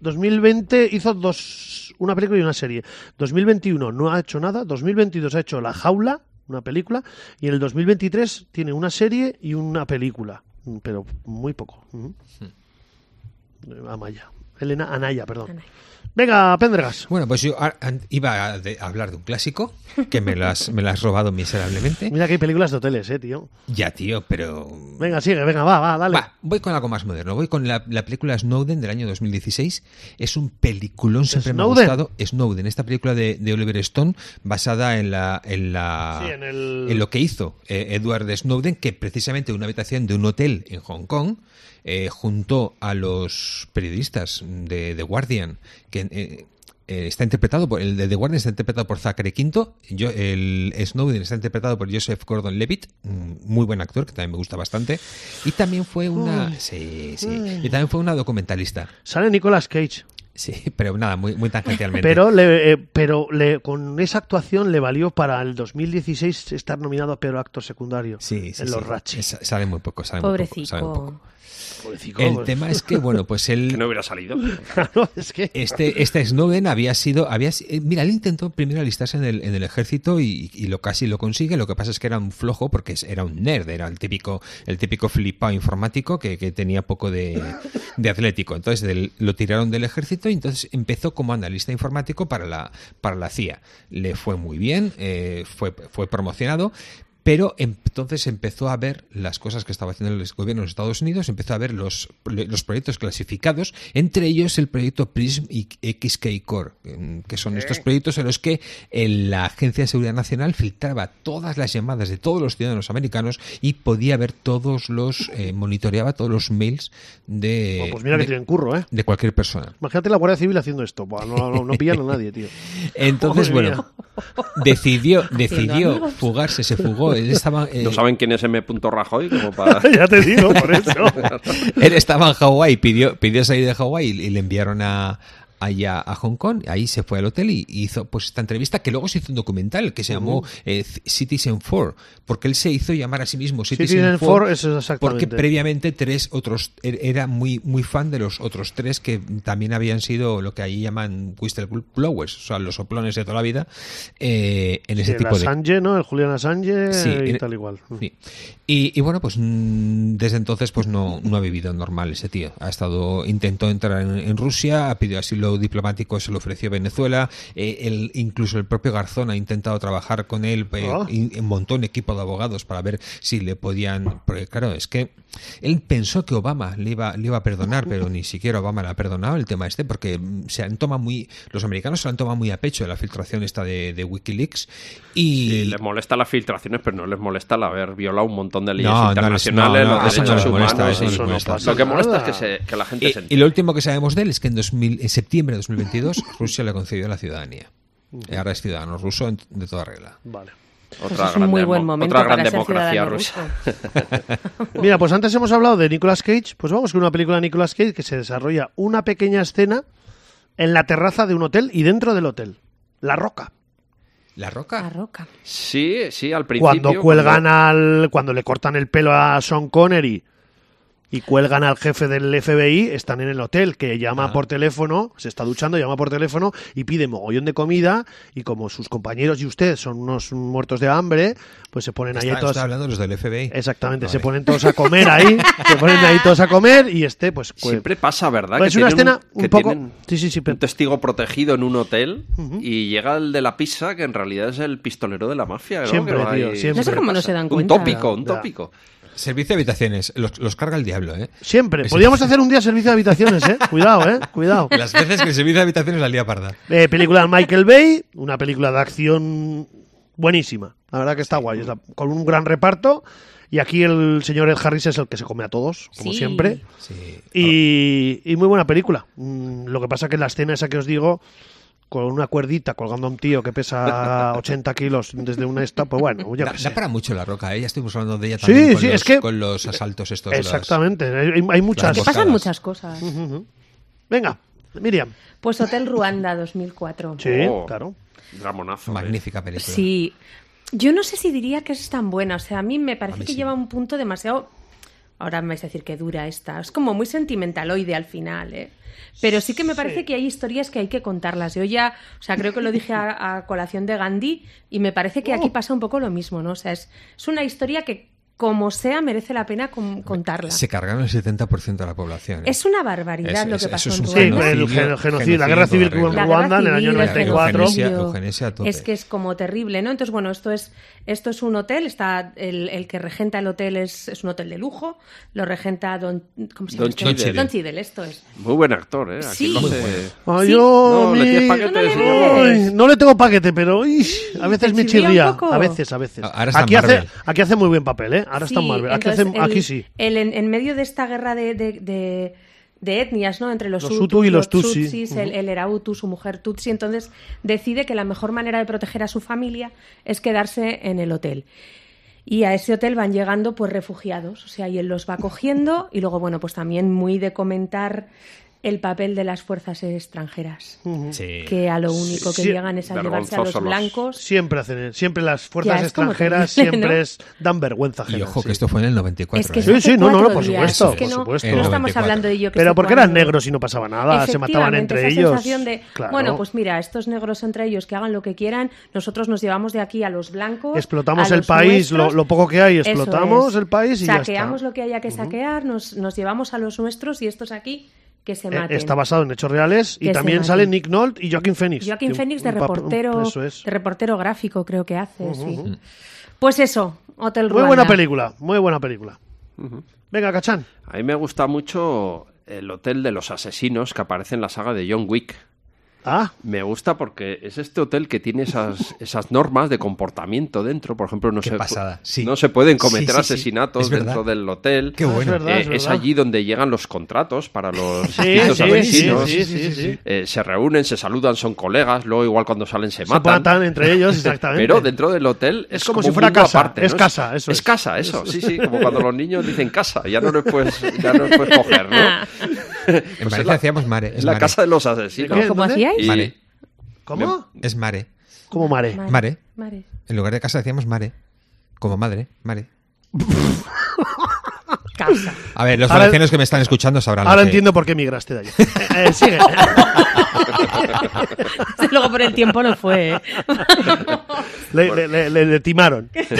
2020 hizo dos, una película y una serie. 2021 no ha hecho nada. 2022 ha hecho La Jaula, una película. Y en el 2023 tiene una serie y una película. mm, Pero muy poco. Ujú. Hmm. Eh, Amaya. Elena Anaya, perdón. Anaya. Venga, Pendergas. Bueno, pues yo a- an- iba a, de- a hablar de un clásico que me lo has, me lo has robado miserablemente. Mira que hay películas de hoteles, eh, tío. Ya, tío, pero. Venga, sigue, venga, va, va, dale. Va, voy con algo más moderno. Voy con la, la película Snowden del año 2016. Es un peliculón, siempre me ha Snowden. gustado. Snowden, esta película de, de Oliver Stone basada en la. En la Sí, en el- en lo que hizo eh, Edward Snowden, que precisamente en una habitación de un hotel en Hong Kong eh, juntó a los periodistas de The Guardian que. eh, eh, está interpretado por el de The Guardian está interpretado por Zachary Quinto, yo, el Snowden está interpretado por Joseph Gordon-Levitt, mm, muy buen actor que también me gusta bastante, y también fue una sí, sí, y también fue una documentalista, Sale Nicolas Cage. sí, pero nada, muy muy tangencialmente. Pero, le, eh, pero le, con esa actuación le valió para el 2016 estar nominado a peor actor secundario sí, sí, en los sí. Ratchi. Sa- Sale muy poco, sale muy poco, sale muy poco. Pobrecito. El tema es que bueno, pues él Que no hubiera salido. Claro, es que- Este, este Snowden había sido. Había, si- eh, mira, él intentó primero alistarse en el, en el ejército y, y lo casi lo consigue. Lo que pasa es que era un flojo porque es- era un nerd, era el típico, el típico flipado informático que, que tenía poco de, de atlético. Entonces del- lo tiraron del ejército y entonces empezó como analista informático para la, para la CIA. Le fue muy bien, eh, fue, fue promocionado. Pero em- entonces empezó a ver las cosas que estaba haciendo el gobierno de los Estados Unidos, empezó a ver los, los proyectos clasificados, entre ellos el proyecto PRISM y XK Core, em, que son estos proyectos en los que eh, la Agencia de Seguridad Nacional filtraba todas las llamadas de todos los ciudadanos americanos y podía ver todos los, eh, monitoreaba todos los mails de, Bueno, pues mira que de- tienen curro, ¿eh? de cualquier persona. Imagínate la Guardia Civil haciendo esto. Buah, no, no, no pillan a nadie, tío. Entonces, Madre bueno, decidió, decidió amigos. fugarse, se fugó. Él estaba, eh, No saben quién es M. Rajoy, como para. ya te digo, por eso. Él estaba en Hawái, pidió, pidió salir de Hawái y, y le enviaron a allá a Hong Kong, ahí se fue al hotel y hizo pues esta entrevista que luego se hizo un documental que se llamó eh, C- Citizen Four, porque él se hizo llamar a sí mismo Citizen, Citizen Four, Four, eso es exactamente. porque previamente tres otros er- era muy muy fan de los otros tres que también habían sido lo que ahí llaman whistleblowers, o sea, los soplones de toda la vida eh, en ese el tipo de Assange, ¿no? El Julian Assange Sí, y en- tal igual. Sí. Y, y bueno, pues mm, desde entonces pues no, no ha vivido normal ese tío. Ha estado, intentó entrar en, en Rusia, ha pedido asilo diplomático, se lo ofreció Venezuela. eh, el- incluso el propio Garzón ha intentado trabajar con él, eh, Ah. y- y montó un equipo de abogados para ver si le podían. Porque claro, es que él pensó que Obama le iba, le iba a perdonar, pero ni siquiera Obama le ha perdonado el tema este, porque mm, se han tomado muy, los americanos se lo han tomado muy a pecho de la filtración esta de, de Wikileaks. Y, Sí, les molesta las filtraciones, pero no les molesta el haber violado un montón de leyes No, no les- internacionales, no, no, los eso no derechos les molesta, humanos. eso no les Eso no molesta. pasa. Lo que molesta es nada. que, se- que la gente se Eh, Y, y entere. lo último que sabemos de él es que en, 2000, en septiembre de 2022 Rusia le concedió la ciudadanía. Y Ahora es ciudadano ruso en- de toda regla. Mm, Vale. Pues Otra es un gran, muy demo- buen momento otra gran para ser democracia ciudadano rusa. ruso. Mira, pues antes hemos hablado de Nicolas Cage. Pues vamos con una película de Nicolas Cage que se desarrolla una pequeña escena en la terraza de un hotel y dentro del hotel. La roca. ¿La La roca? roca. Sí, sí, al principio. Cuando cuelgan cuando- al. Cuando le cortan el pelo a Sean Connery y cuelgan al jefe del FBI, están en el hotel que llama por teléfono, se está duchando, llama por teléfono y pide mogollón de comida. Y como sus compañeros y usted son unos muertos de hambre, pues se ponen ahí Está, todos. está hablando de los del FBI. Exactamente, se Vale. ponen todos a comer ahí, se ponen ahí todos a comer y este, pues, cue- Siempre pasa, ¿verdad? Pues es una tienen escena un poco- tienen sí, sí, sí, pero- Un testigo protegido en un hotel y llega el de la pizza, que en realidad es el pistolero de la mafia. ¿no? Siempre, Que va tío, ahí- siempre. No sé cómo no pasa. se dan Un cuenta. tópico, un Ya. tópico. Servicio de habitaciones. Los, los carga el diablo, ¿eh? siempre. Podríamos hacer un día servicio de habitaciones, ¿eh? Cuidado, ¿eh? Cuidado. Las veces que el servicio de habitaciones la lía parda. Eh, película de Michael Bay, una película de acción buenísima. La verdad que está guay, está con un gran reparto. Y aquí el señor Ed Harris es el que se come a todos, como Sí. siempre. Sí. Y, y muy buena película. Mm, Lo que pasa que la escena esa que os digo, con una cuerdita colgando a un tío que pesa 80 kilos desde una esta, pues bueno, yo Da, qué sé. da para mucho la roca, ¿eh? Ya estuvimos hablando de ella Sí, también con, sí, los, es que- con los asaltos estos. de los- Exactamente, hay, hay muchas. Que Las pasan moscadas. muchas cosas. Venga, Miriam. Pues Hotel Ruanda 2004. Sí, Oh. claro. Ramonazo. eh. Magnífica película. Sí. Yo no sé si diría que es tan buena. O sea, a mí me parece A mí que sí. lleva un punto demasiado. Ahora me vais a decir que dura esta. Es como muy sentimentaloide al final, ¿eh? Pero sí que me parece que hay historias que hay que contarlas. Yo ya, o sea, creo que lo dije a, a colación de Gandhi y me parece que aquí Oh. pasa un poco lo mismo, ¿no? O sea, es, es una historia que, como sea, merece la pena con- contarla. Se cargaron el 70% de la población. ¿eh? Es una barbaridad Es- lo que es- pasó eso en es un Sí, Ruanda. genocidio, el gen- genocidio, la genocidio guerra en toda civil que hubo en La regla. Ruanda en el guerra año civil, el 94. genocidio. eugenesia a tope. Es que es como terrible, ¿no? Entonces, bueno, esto es, esto es un hotel, está el, el que regenta el hotel es, es un hotel de lujo, lo regenta Don... ¿Cómo se llama? Don este? Chidel. Don Chidel, esto es. Muy buen actor, ¿eh? Aquí Sí. lo Muy hace- bueno. Ay, Sí. yo, No, le mi- tienes paquete, No, no, sí. no, no, no, no. Ay, no le tengo paquete, pero ish, a veces te me chirría un chirría. poco. A veces, a veces. Ah, Ahora está en aquí, hace, Marvel. aquí hace muy buen papel, ¿eh? Ahora está en Sí, Marvel. Aquí, entonces hace- el- aquí sí. el en, en medio de esta guerra de, de- de- de etnias, ¿no? Entre los, Los Hutu y los Tutsi. Tutsis, él, él era Hutu, su mujer Tutsi, entonces decide que la mejor manera de proteger a su familia es quedarse en el hotel. Y a ese hotel van llegando pues refugiados, o sea, y él los va cogiendo y luego, bueno, pues también muy de comentar el papel de las fuerzas extranjeras, Sí. que a lo único que Mm. Sí, llegan es a llevarse a los vergonzosos los- blancos. Siempre hacen, siempre las fuerzas Ya, es como extranjeras terrible, siempre ¿no? es dan vergüenza Y ajena, ojo, sí. que esto fue en el 94. Es que ¿eh? Sí, sí, no, no, cuatro por días, supuesto, es que por no, supuesto. No estamos 94. hablando de yo que Pero sé porque eran cuándo. negros y no pasaba nada, se mataban Efectivamente, entre esa ellos. sensación de, Claro. Bueno, pues mira, estos negros entre ellos que hagan lo que quieran, nosotros nos llevamos de aquí a los blancos. Explotamos a el los país, lo- nuestros". lo poco que hay, Eso explotamos es. el país y ya está. Saqueamos lo que haya que saquear, nos, nos llevamos a los nuestros y estos aquí que se Eh, maten. Está basado en hechos reales y Que se también maten. sale Nick Nolte y Joaquin Phoenix. Joaquín Que un- Phoenix de un papel- reportero, Eso es. de reportero gráfico creo que hace, sí. Pues eso, Hotel Muy Ruanda. buena película, muy buena película. Venga, Cachán. A mí me gusta mucho el hotel de los asesinos que aparece en la saga de John Wick. Ah, Me gusta porque es este hotel que tiene esas, esas normas de comportamiento dentro. Por ejemplo, no, Qué se, pu- pasada, sí. no se pueden cometer Sí, sí, sí. asesinatos Es verdad. dentro del hotel. Qué Ah, bueno. es verdad, Eh, es es verdad. allí donde llegan los contratos para los Sí, distintos sí, sí, asesinos. sí, sí, sí. Eh, se reúnen, se saludan, son colegas. Luego, igual cuando salen, se Se matan. matan entre ellos, exactamente. Pero dentro del hotel es, Es como si un fuera mundo casa, aparte, ¿no? es casa, eso es. es. casa, eso. Sí, sí, como cuando los niños dicen casa, ya no les puedes, ya no les puedes coger, ¿no? En Pues es Valencia la- hacíamos mare. Es Es la mare. casa de los ¿De asesinos. qué? ¿Cómo ¿Dónde? hacíais? Mare. ¿Cómo? Es mare. Como mare. Mare. Mare. En lugar de casa decíamos mare. Como madre, mare. Casa. A ver, los Ahora- valencianos que me están escuchando sabrán. lo Ahora que- entiendo por qué migraste de allí. Eh, sigue. Desde Luego por el tiempo no fue. ¿eh? Le, le- le- le- le timaron. Este,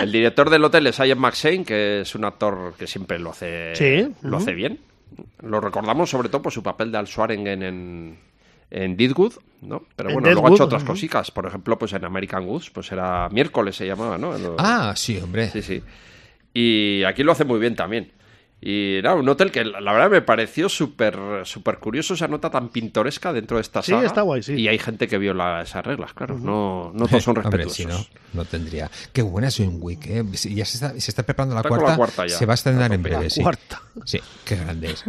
El director del hotel es Ian McShane, que es un actor que siempre lo hace, Sí, lo hace ujú. bien. Lo recordamos sobre todo por su papel de Al Swarengen en, en Deadwood, ¿no? Pero En bueno, luego ha Deadwood, hecho otras ujú. cositas. Por ejemplo, pues en American Woods, pues era miércoles se llamaba, ¿no? Lo- Ah, sí, hombre. Sí, sí. Y aquí lo hace muy bien también. Y nada, un hotel que la la verdad me pareció súper súper curioso esa nota tan pintoresca dentro de esta Sí, saga. está guay, sí. Y hay gente que viola esas reglas, claro. No, no todos son Hombre, respetuosos. si no, no tendría. Qué buena es un week, ¿eh? Si Ya se está, se está preparando la Está con cuarta. la cuarta ya. Se va a estrenar La en breve, La sí. cuarta. Sí, qué grande es.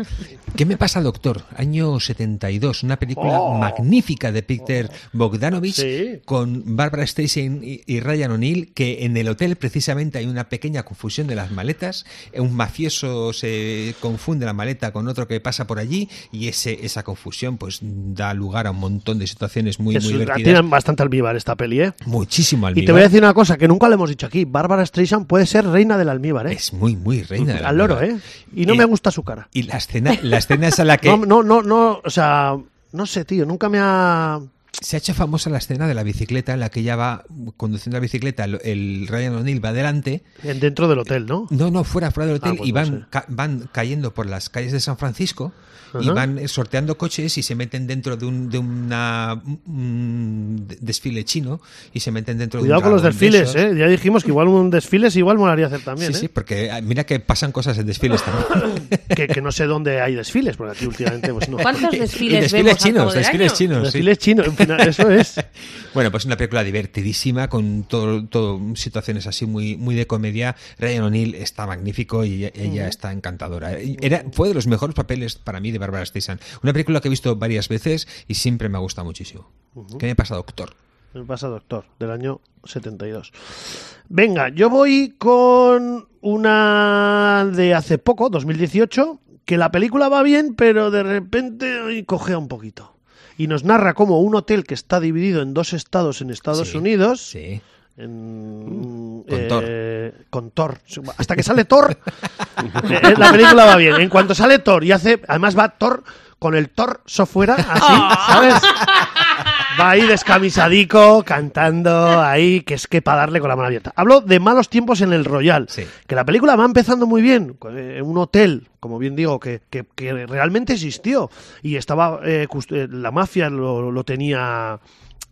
¿Qué me pasa, doctor? Año 72, una película Oh. magnífica de Peter Bogdanovich Sí. con Barbara Streisand y, y Ryan O'Neill, que en el hotel precisamente hay una pequeña confusión de las maletas. Un mafioso se confunde la maleta con otro que pasa por allí y ese, esa confusión pues da lugar a un montón de situaciones muy, Es- muy divertidas. tienen bastante almíbar esta peli, ¿eh? Muchísimo Y almíbar. te voy a decir una cosa que nunca le hemos dicho aquí. Bárbara Streisand puede ser reina del almíbar, ¿eh? Es muy, muy reina. del Al loro, ¿eh? almíbar. Y no me gusta su cara. Y la escena, la escena es a la que No, no, no, no, o sea, no sé, tío, nunca me ha... se ha hecho famosa la escena de la bicicleta en la que ella va conduciendo la bicicleta, el- el Ryan O'Neill va delante, Dentro del hotel, ¿no? no, no, fuera, fuera del hotel, Ah, pues y no van, sé. ca- van cayendo por las calles de San Francisco y Ajá. van eh, sorteando coches y se meten dentro de un de una, un desfile chino y se meten dentro Cuidado de con un los dragón de desfiles, esos. ¿eh? Ya dijimos que igual un desfiles igual molaría hacer también, sí, sí, ¿eh? porque ah, mira que pasan cosas en desfiles también. Que, que no sé dónde hay desfiles, porque aquí últimamente pues no. ¿Cuántos Y desfiles, desfiles vemos al cabo chinos, del desfiles año? chinos. sí. Desfiles chinos, en final, eso es. Bueno, pues una película divertidísima con todo, todo situaciones así muy, muy de comedia. Ryan O'Neill está magnífico y e- ella está encantadora. Era, fue de los mejores papeles para mí de Barbara Streisand. Una película que he visto varias veces y siempre me ha gustado muchísimo. ¿Qué me pasa, doctor? Me pasa Doctor, del año 72. Venga, yo voy con una de hace poco, 2018, que la película va bien, pero de repente ay, cojea un poquito. Y nos narra cómo un hotel que está dividido en dos estados en Estados Sí, Unidos, Sí. en, Mm. Con Thor. eh, con Thor. Hasta que sale Thor, eh, eh, la película va bien. En cuanto sale Thor y hace, además va Thor con el torso fuera, así, ¿sabes? Va ahí descamisadico, cantando ahí, que es que para darle con la mano abierta. Hablo de malos tiempos en el Royal, Sí. que la película va empezando muy bien, con, eh, un hotel, como bien digo, que, que- que realmente existió y estaba, eh, cust- eh, la mafia lo, lo tenía,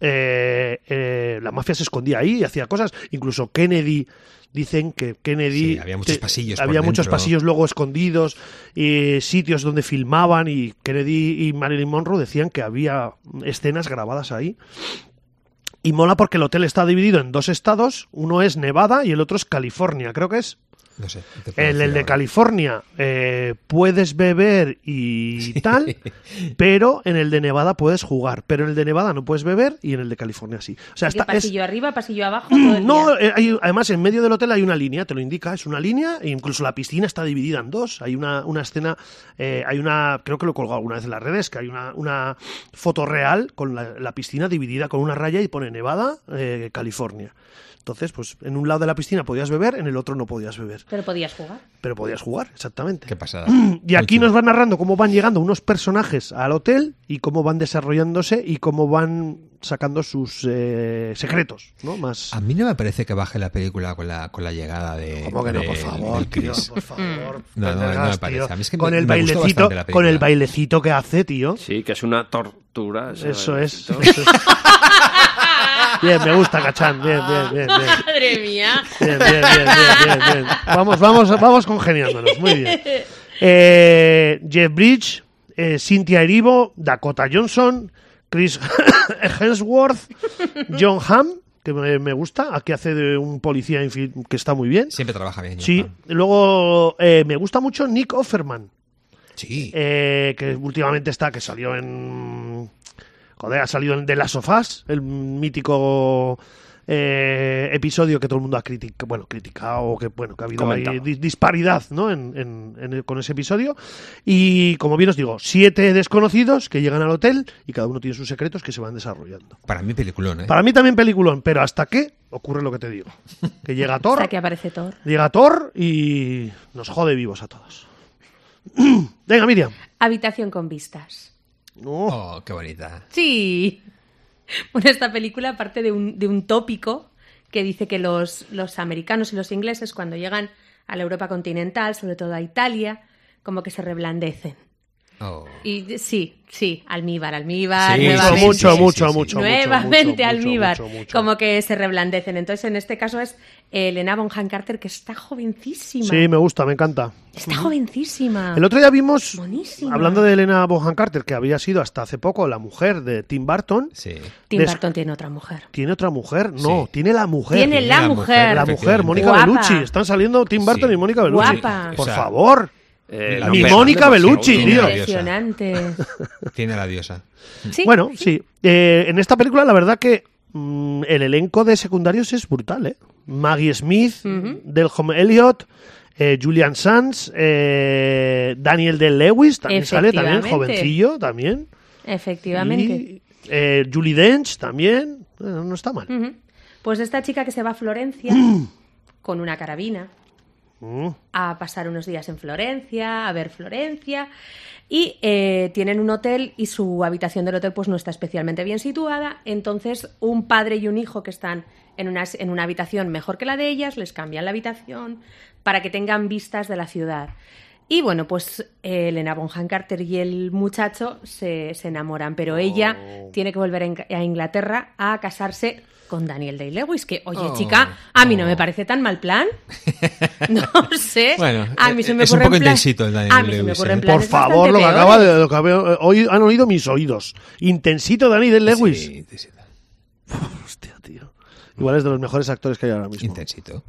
eh, eh, la mafia se escondía ahí y hacía cosas, incluso Kennedy, dicen que Kennedy... Sí, había muchos pasillos por Había muchos dentro. pasillos luego escondidos, eh, sitios donde filmaban y Kennedy y Marilyn Monroe decían que había escenas grabadas ahí. Y mola porque el hotel está dividido en dos estados, uno es Nevada y el otro es California, creo que es. No sé. no te puedo El, el decir de ahora. California, eh, puedes beber y tal, pero en el de Nevada puedes jugar. Pero en el de Nevada no puedes beber y en el de California sí. O sea, Así que está, es, pasillo arriba, pasillo abajo. todo el no, día. eh, hay- además en medio del hotel hay una línea, te lo indica, es una línea, e incluso la piscina está dividida en dos. Hay una, una escena, eh, hay una, creo que lo he colgado alguna vez en las redes, que hay una, una foto real con la, la piscina dividida con una raya y pone Nevada, eh, California. Entonces, pues en un lado de la piscina podías beber, en el otro no podías beber, Pero podías jugar. pero podías jugar, exactamente. Qué pasada. Y aquí nos van narrando cómo van llegando unos personajes al hotel y cómo van desarrollándose y cómo van sacando sus eh, secretos, ¿no? Más... A mí no me parece que baje la película con la, con la llegada de. ¿Cómo que no? de- Por favor, del tío, Chris. por favor. Mm. No, no, no me pendejas, parece. tío. A mí es que con me- el me gustó bailecito, bastante la película. con el bailecito que hace, tío. Sí, que es una tortura. ese Eso es. bailecito. eso es. bien, me gusta, Cachán. Bien, bien, bien, bien. Madre mía. Bien, bien, bien, bien, bien, bien. Vamos, vamos, vamos congeniándonos. Muy bien. Eh, Jeff Bridge, eh, Cynthia Erivo, Dakota Johnson, Chris Hemsworth, John Hamm, que me, me gusta. Aquí hace de un policía infil- que está muy bien. Siempre trabaja bien. Sí, Jonathan. luego eh, me gusta mucho Nick Offerman, Sí. eh, que últimamente está, que salió en. Joder, ha salido en The Last of Us, el mítico eh, episodio que todo el mundo ha criticado, bueno, criticado, que bueno, que ha habido ahí Comentado. dis- disparidad ¿no? en, en- en el- con ese episodio. Y como bien os digo, siete desconocidos que llegan al hotel y cada uno tiene sus secretos que se van desarrollando. Para mí, peliculón, ¿eh? Para mí también peliculón, pero hasta qué ocurre lo que te digo. Que llega Thor. Hasta que aparece Thor. Llega Thor y nos jode vivos a todos. Venga, Miriam. Habitación con vistas. No. Oh, qué bonita. Sí. Bueno, esta película parte de un, de un tópico que dice que los, los americanos y los ingleses cuando llegan a la Europa continental, sobre todo a Italia, como que se reblandecen. Oh. Y sí, sí, almíbar, almíbar, Sí, Mucho, nuevamente. sí, mucho, sí, mucho, sí, sí. mucho. Nuevamente mucho, mucho, almíbar, mucho, mucho. como que se reblandecen. Entonces, en este caso es Elena Bonham Carter, que está jovencísima. Sí, me gusta, me encanta. Está jovencísima. El otro día vimos, Buenísima. hablando de Elena Bonham Carter, que había sido hasta hace poco la mujer de Tim Burton, Sí. Tim des- Burton tiene otra mujer. ¿tiene otra mujer? No, Sí. tiene la mujer. Tiene la mujer. La mujer, efectivamente. Mónica Guapa. Bellucci. Están saliendo Tim Burton Sí. y Mónica Bellucci. Guapa. Por O sea, favor. Eh, La no Ni pega. pena. Mónica Bellucci, Tiene tío. la diosa. Impresionante. Tiene a la diosa. Sí, Bueno, sí. Eh, en esta película, la verdad que mm, el elenco de secundarios es brutal, ¿eh? Maggie Smith, Delhom Elliot, eh, Julian Sands, eh, Daniel de Lewis también sale, también Efectivamente. jovencillo, también. efectivamente. Y, eh, Julie Dench también. Bueno, no está mal. Ujú. Pues esta chica que se va a Florencia con una carabina Mm. a pasar unos días en Florencia, a ver Florencia y eh, tienen un hotel y su habitación del hotel pues no está especialmente bien situada, entonces un padre y un hijo que están en una, en una habitación mejor que la de ellas les cambian la habitación para que tengan vistas de la ciudad. Y bueno, pues eh, Elena Bonham Carter y el muchacho se, se enamoran, pero ella tiene que volver a Inca- a Inglaterra a casarse con Daniel Day-Lewis, que, oye, Oh, chica, a mí no oh. me parece tan mal plan. No sé. Bueno, eh, a mí se me es un ocurren poco plan- intensito el Daniel A mí se me Lewis, ocurren ¿eh? Por planes favor, bastante lo que peores. acaba de, lo que había- eh, oí- han oído mis oídos. Intensito Daniel de Lewis. Sí, intensito. Hostia, tío. Igual es de los mejores actores que hay ahora mismo. Intensito.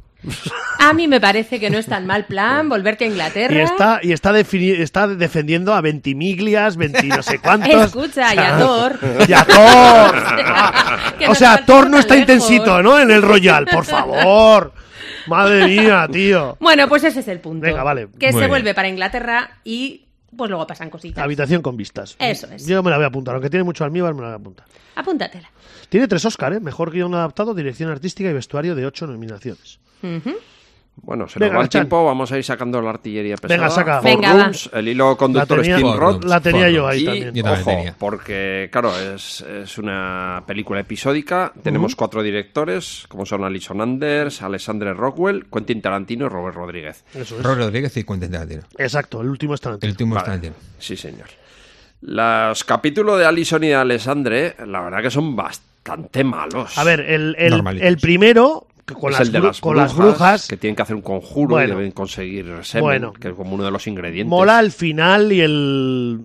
A mí me parece que no es tan mal plan volverte a Inglaterra. Pues, Y está, y está, defini- está defendiendo a Ventimiglias, Venti no sé cuántos. Escucha, y a Thor. Y a Thor. Que o nos sea, falta Thor no tan está lejos. intensito, ¿no? En el Royal, por favor. Madre mía, tío. Bueno, pues ese es el punto. Venga, vale. Que Muy se bien. vuelve para Inglaterra y pues luego pasan cositas. Habitación con vistas. Eso es. Yo me la voy a apuntar, aunque tiene mucho almíbar, me la voy a apuntar. Apúntatela. Tiene tres Oscar, ¿eh? Mejor guión adaptado, dirección artística y vestuario de ocho nominaciones. Ujú. Bueno, se Venga, nos va el Chan. tiempo, vamos a ir sacando la artillería pesada. Venga, saca. Four Venga, va. Rooms, el hilo conductor La tenía- Steam Four Rod. Rooms. La tenía yo ahí Y, también. Yo también ojo, tenía. porque claro, es, es una película episódica. Tenemos cuatro directores, como son Alison Anders, Alexandre Rockwell, Quentin Tarantino y Robert Rodríguez. Eso es. Robert Rodríguez y Quentin Tarantino. Exacto, el último está El último Vale. instante. Sí, señor. Los capítulos de Alison y de Alexandre, la verdad que son bastante malos. A ver, el, el- Normalitos. el primero, que con, Es las, el de bru- con las brujas, que tienen que hacer un conjuro y Bueno. deben conseguir semen, Bueno. que es como uno de los ingredientes. mola el final y el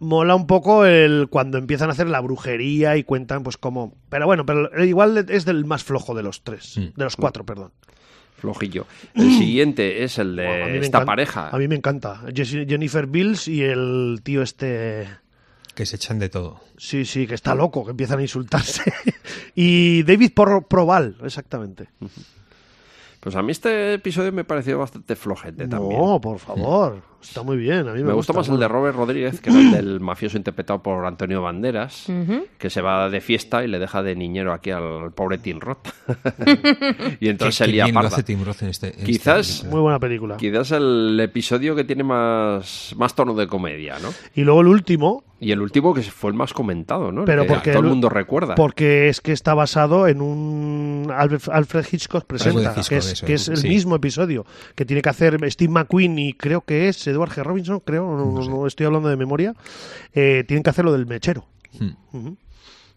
mola un poco el cuando empiezan a hacer la brujería y cuentan pues como pero bueno pero igual es del más flojo de los tres Mm. de los cuatro perdón flojillo. El siguiente es el de Guau, a mí me esta encanta- pareja. A mí me encanta. Jesse- Jennifer Bills y el tío este. Que se echan de todo. Sí, sí, que está loco, que empiezan a insultarse. y David Por- Proval, exactamente. Pues a mí este episodio me pareció bastante flojete Este también. Mm. No, por favor. Está muy bien. A mí me, Me gustó más el de Robert Rodríguez, que era el del mafioso interpretado por Antonio Banderas, que se va de fiesta y le deja de niñero aquí al pobre Tim Roth. y entonces se Qué- qué lía bien lo parda. hace Tim Roth en este- en esta Quizás- película. Muy buena película. Quizás el episodio que tiene más, más tono de comedia, ¿no? Y luego el último, Y el último que fue el más comentado, ¿no? El Pero que porque todo el el- mundo recuerda. porque es que está basado en un Alfred, Alfred Hitchcock presenta, Alfred Hitchcock, que, es, eso, que es el sí. mismo episodio que tiene que hacer Steve McQueen y creo que es Edward G. Robinson, creo, no, no estoy hablando de memoria, eh, tienen que hacer lo del mechero. Hmm.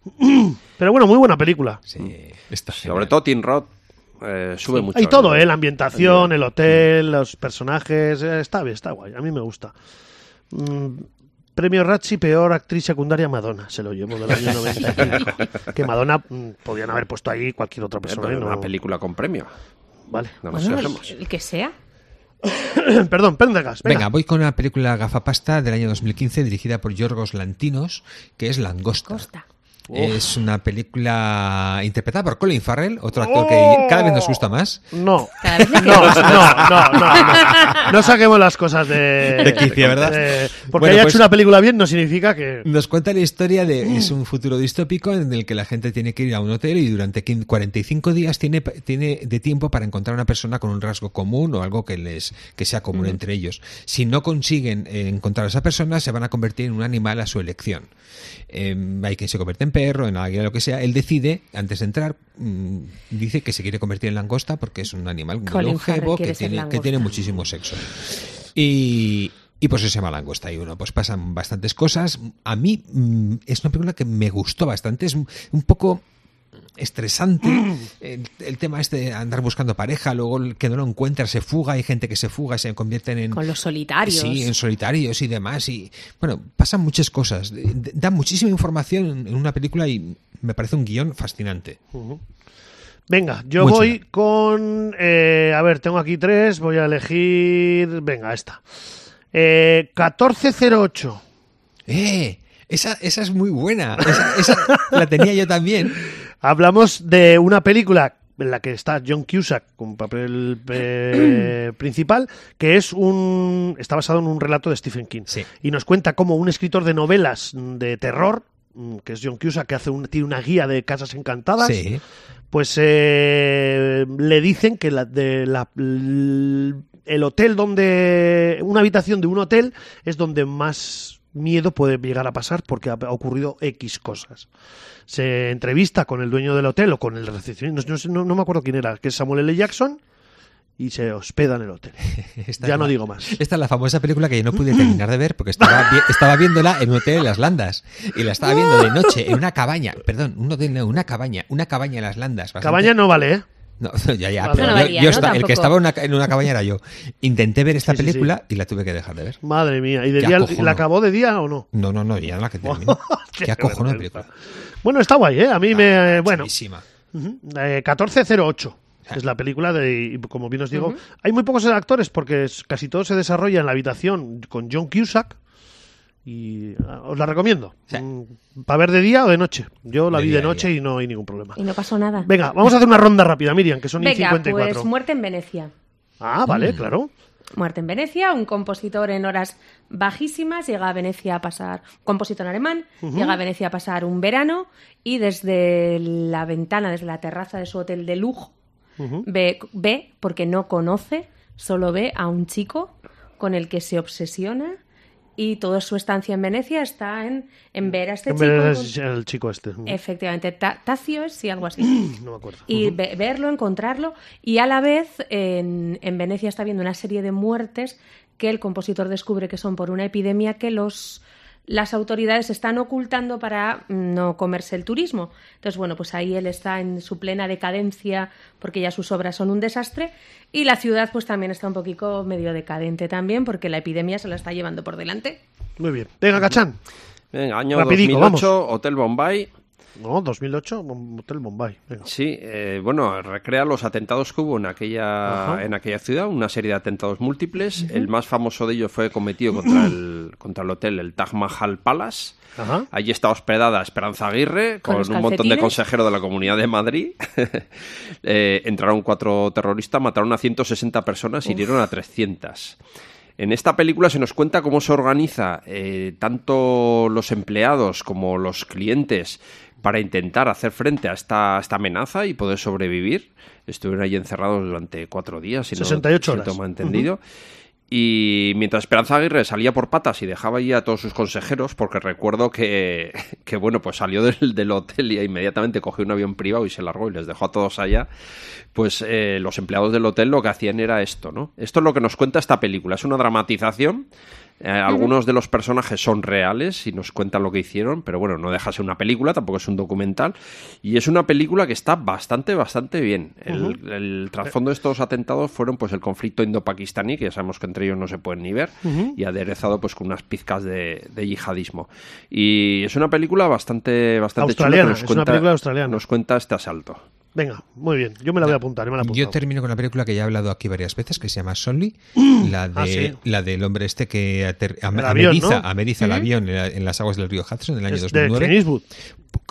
Ujú. Pero bueno, muy buena película. Sí, está Sobre genial. todo Tim Roth eh, sube mucho. Y todo, el- ¿eh? La ambientación, el hotel, los personajes. eh, Está bien, está guay. A mí me gusta. Mm, premio Ratchi, peor actriz secundaria Madonna. Se lo llevo del año 90. que Madonna mm, podían haber puesto ahí cualquier otra Eh, persona. pero y Una no- película con premio. Vale. No nos Bueno, fijemos. el, el que sea. Perdón, Pendergast. Venga. Venga. voy con una película gafapasta del año 2015 dirigida por Yorgos Lantinos, que es Langosta. Costa. Es una película interpretada por Colin Farrell, otro actor que cada vez nos gusta más. No. Cada vez le No, no, no, no, no. No saquemos las cosas de. De quicio, ¿verdad? de- porque Bueno, haya pues- Mm. hecho una película bien no significa que. Nos cuenta la historia de es Mm. un futuro distópico en el que la gente tiene que ir a un hotel y durante 15 45 días tiene, tiene de tiempo para encontrar una persona con un rasgo común o algo que les que sea común Mm. entre ellos. Si no consiguen eh, encontrar a esa persona, se van a convertir en un animal a su elección. Eh, hay quien se convierte en perro, en águila, lo que sea. Él decide, antes de entrar, mm, dice que se quiere convertir en langosta porque es un animal muy Colin Farrell longevo que quiere ser tiene, que langosta. tiene muchísimo sexo. Y, y pues se llama Langosta y uno, pues pasan bastantes cosas. A mí mm, es una película que me gustó bastante, es un, un poco estresante el, el tema este de andar buscando pareja, luego el que no lo encuentra se fuga, hay gente que se fuga, se convierten en... Con los solitarios. Sí, en solitarios y demás. Y bueno, pasan muchas cosas. De- de- Da muchísima información en- en una película y me parece un guión fascinante. Venga, yo Muy voy con. eh, a ver, tengo aquí tres. Voy a elegir. Venga, esta. Eh, 1408. ¡Eh! Esa, esa es muy buena. Esa, esa la tenía yo también. Hablamos de una película en la que está John Cusack con papel eh, principal, que es un está basado en un relato de Stephen King Sí. y nos cuenta cómo un escritor de novelas mm, de terror, mm, que es John Cusack, que hace un, tiene una guía de casas encantadas, Sí. pues eh, le dicen que la, de la- l- el hotel donde una habitación de un hotel es donde más miedo puede llegar a pasar porque ha, ha ocurrido X cosas. Se entrevista con el dueño del hotel o con el recepcionista, no, sé- no- no me acuerdo quién era, que es Samuel L. Jackson, y se hospeda en el hotel. Esta ya es no la- digo más. Esta es la famosa película que yo no pude terminar de ver porque estaba, vi- estaba viéndola en un hotel en las Landas. Y la estaba viendo de noche en una cabaña. Perdón, un hotel, no, una cabaña. Una cabaña en las Landas. bastante- Cabaña no vale, ¿eh? No, ya, ya. Vale. pero Eso no yo- valía, yo ¿no? esta- el que Tampoco. estaba en una, ca- en una cabaña era yo. Intenté ver esta Sí, sí, película y la tuve que dejar de ver. Madre mía, ¿y de Qué día- acojono. la acabó de día o no? No, no, no, ya no la que terminó. Qué acojona vergüenza. película. Ah, Bueno, está guay, ¿eh? A mí me... Bueno, Chulísima. Ujú. Eh, 1408 Ah. que es la película de, y como bien os digo, hay muy pocos actores porque es- casi todo se desarrolla en la habitación con John Cusack y ah, os la recomiendo. Mm, Sí. ¿Para ver de día o de noche? Yo la De vi día, de de noche y no hay ningún problema. Y no pasó nada. Venga, vamos a hacer una ronda rápida, Miriam, que son y Venga, 54. pues muerte en Venecia. ah, Mm. vale, claro. Muerte en Venecia, un compositor en horas bajísimas, llega a Venecia a pasar, compositor alemán, llega a Venecia a pasar un verano y desde la ventana, desde la terraza de su hotel de lujo, ve, ve, porque no conoce, solo ve a un chico con el que se obsesiona y toda su estancia en Venecia está en, en ver a este En chico. vez con- es el chico este. Efectivamente, ta- Tacio es y algo así No me acuerdo. y ve- verlo, encontrarlo. Y a la vez, en, en Venecia está viendo una serie de muertes que el compositor descubre que son por una epidemia que los las autoridades están ocultando para no comerse el turismo. Entonces, bueno, pues ahí él está en su plena decadencia porque ya sus obras son un desastre y la ciudad pues también está un poquito medio decadente también porque la epidemia se la está llevando por delante. Muy bien. Venga, Cachán. Venga, año Rapidico, 2008, Hotel Bombay. No, 2008, Bom- Hotel Bombay. Venga. Sí, eh, bueno, recrea los atentados que hubo en aquella, Ajá. en aquella ciudad, una serie de atentados múltiples. El más famoso de ellos fue cometido contra el, contra el hotel, el Taj Mahal Palace. Ah. Ajá. Allí está hospedada Esperanza Aguirre Con con, los un montón de calcetines. consejeros de la Comunidad de Madrid. Eh, entraron cuatro terroristas, mataron a 160 personas y hirieron a 300. En esta película se nos cuenta cómo se organiza eh, tanto los empleados como los clientes para intentar hacer frente a esta, a esta amenaza y poder sobrevivir. Estuvieron allí encerrados durante cuatro días, si no- 68 si no horas. tengo mal entendido. Y mientras Esperanza Aguirre salía por patas y dejaba allí a todos sus consejeros, porque recuerdo que, que bueno, pues salió del, del hotel y inmediatamente cogió un avión privado y se largó y les dejó a todos allá, pues eh, los empleados del hotel lo que hacían era esto, ¿no? Esto es lo que nos cuenta esta película, es una dramatización. Eh, algunos de los personajes son reales y nos cuentan lo que hicieron, pero bueno, no deja de ser una película, tampoco es un documental. Y es una película que está bastante, bastante bien. El, el trasfondo de estos atentados fueron pues el conflicto indo-pakistaní, que ya sabemos que entre ellos no se pueden ni ver, y aderezado pues con unas pizcas de, de yihadismo. Y es una película bastante, bastante chula que Australiana, nos es una cuenta- película australiana. Nos cuenta este asalto. Venga, muy bien. Yo me la voy a apuntar, yo me la apunto. Yo termino con una película que ya he hablado aquí varias veces, que se llama Solly, la, de, Ah, sí. la del hombre este que ater- am- El avión, ameriza, ¿no? ameriza el avión en, la- en las aguas del río Hudson en el año Es de 2009. Clint Eastwood.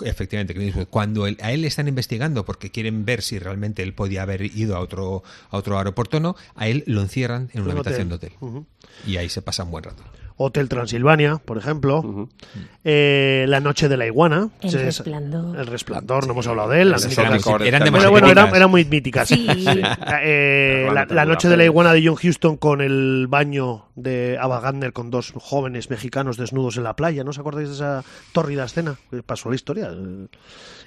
Efectivamente, Clint Eastwood. cuando él- a él le están investigando porque quieren ver si realmente él podía haber ido a otro, a otro aeropuerto o no, a él lo encierran en una Un habitación hotel. de hotel. Y ahí se pasa un buen rato. Hotel Transilvania, por ejemplo. Eh, la Noche de la Iguana. El Sí, es- Resplandor. El Resplandor, no hemos hablado de él. La Esas mítica- Eran, eran Pero mejores, eran de- eran de más bueno, mascotas. eran, eran muy míticas. Sí. Eh, Pero la, realmente la muy noche de la rápido. iguana de John Houston con el baño de Ava Gardner con dos jóvenes mexicanos desnudos en la playa. ¿No os acordáis de esa tórrida escena? Que Pasó a la historia.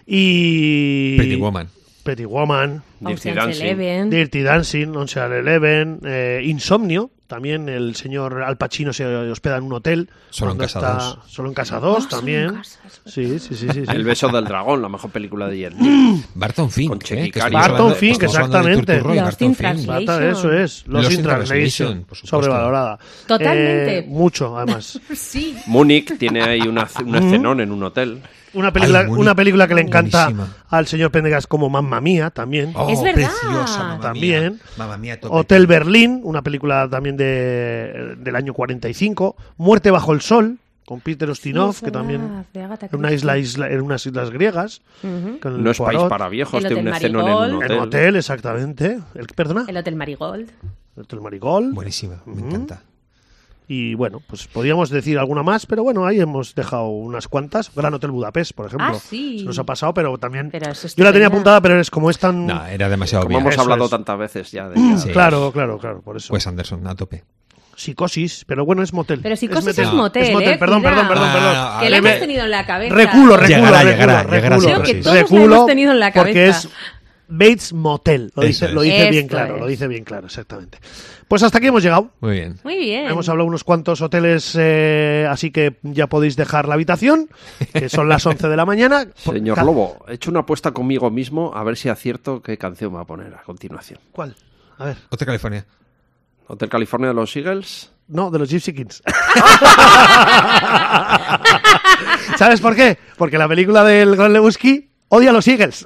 Y... Pretty Woman. Pretty Woman. Dirty Ocean's Dancing. Eleven. Dirty Dancing, Ocean's Eleven, eh, Insomnio, también el señor Al Pacino se hospeda en un hotel. Solo en cuando Casa está- dos. Solo en Casa 2 Ah, solo en también. Casa, es verdad. sí, sí, sí, sí. sí. El beso del dragón, la mejor película de ayer. Barton Fink. ¿eh? Con Chequi que Cari. estamos Barton hablando- Fink, estamos hablando de exactamente. Turturro y Lost Barton in Fink. Translation. Bata, eso es. Los, Los in in Translation, Translation, por supuesto. sobrevalorada. Totalmente. Eh, mucho, además. Sí. Múnich tiene ahí una, un escenón en un hotel. Una película, Ay, boni- una película que le encanta buenísima. al señor Pendegas como Mamma Mía, también. Oh, Es verdad. Preciosa, mamá También. Mía. Mamma mía, tope. Hotel Berlín, una película también de, del año 45. Muerte bajo el sol, con Peter Ustinov, es que verdad, también... de Agatha En, una Christie. isla, isla- en unas islas griegas. con el No es país Poirot. para viejos, El tiene un Hotel escenón en un Marigold. El hotel. hotel, exactamente. El, perdona. El Hotel Marigold. El Hotel Marigol. Buenísima, me encanta. Y bueno, pues podríamos decir alguna más, pero bueno, ahí hemos dejado unas cuantas. Gran Hotel Budapest, por ejemplo. Ah, sí. Se nos ha pasado, pero también. Pero eso es yo la tenía estupenda. apuntada, pero es como es tan. No, era demasiado Como obvia. hemos Eso hablado es. tantas veces ya de ella. Sí. Claro, claro, claro, por eso. Pues Anderson, a tope. psicosis, pero bueno, es motel. Pero psicosis es, metel. motel, Es motel, ¿eh? perdón, Cuidado. perdón, perdón, perdón. Ah, Que la Deme- hemos tenido en la cabeza. Reculo, reculo, Llegará, reculo, llegará, reculo, llegará reculo, Creo que reculo, todos la reculo, hemos tenido en la Porque es cabeza. Bates Motel, lo Eso dice, es. lo dice bien Esto claro, lo es. dice bien claro, exactamente. Pues hasta aquí hemos llegado. Muy bien. Muy bien. Hemos hablado unos cuantos hoteles, eh, así que ya podéis dejar la habitación, que son las 11 de la mañana. Por- Señor ca- Lobo, he hecho una apuesta conmigo mismo a ver si acierto qué canción va a poner a continuación. ¿Cuál? A ver. Otra California. Hotel California de los Eagles. No, de los Gypsy Kings. ¿Sabes por qué? Porque la película del Gran Lebowski odia a los Eagles.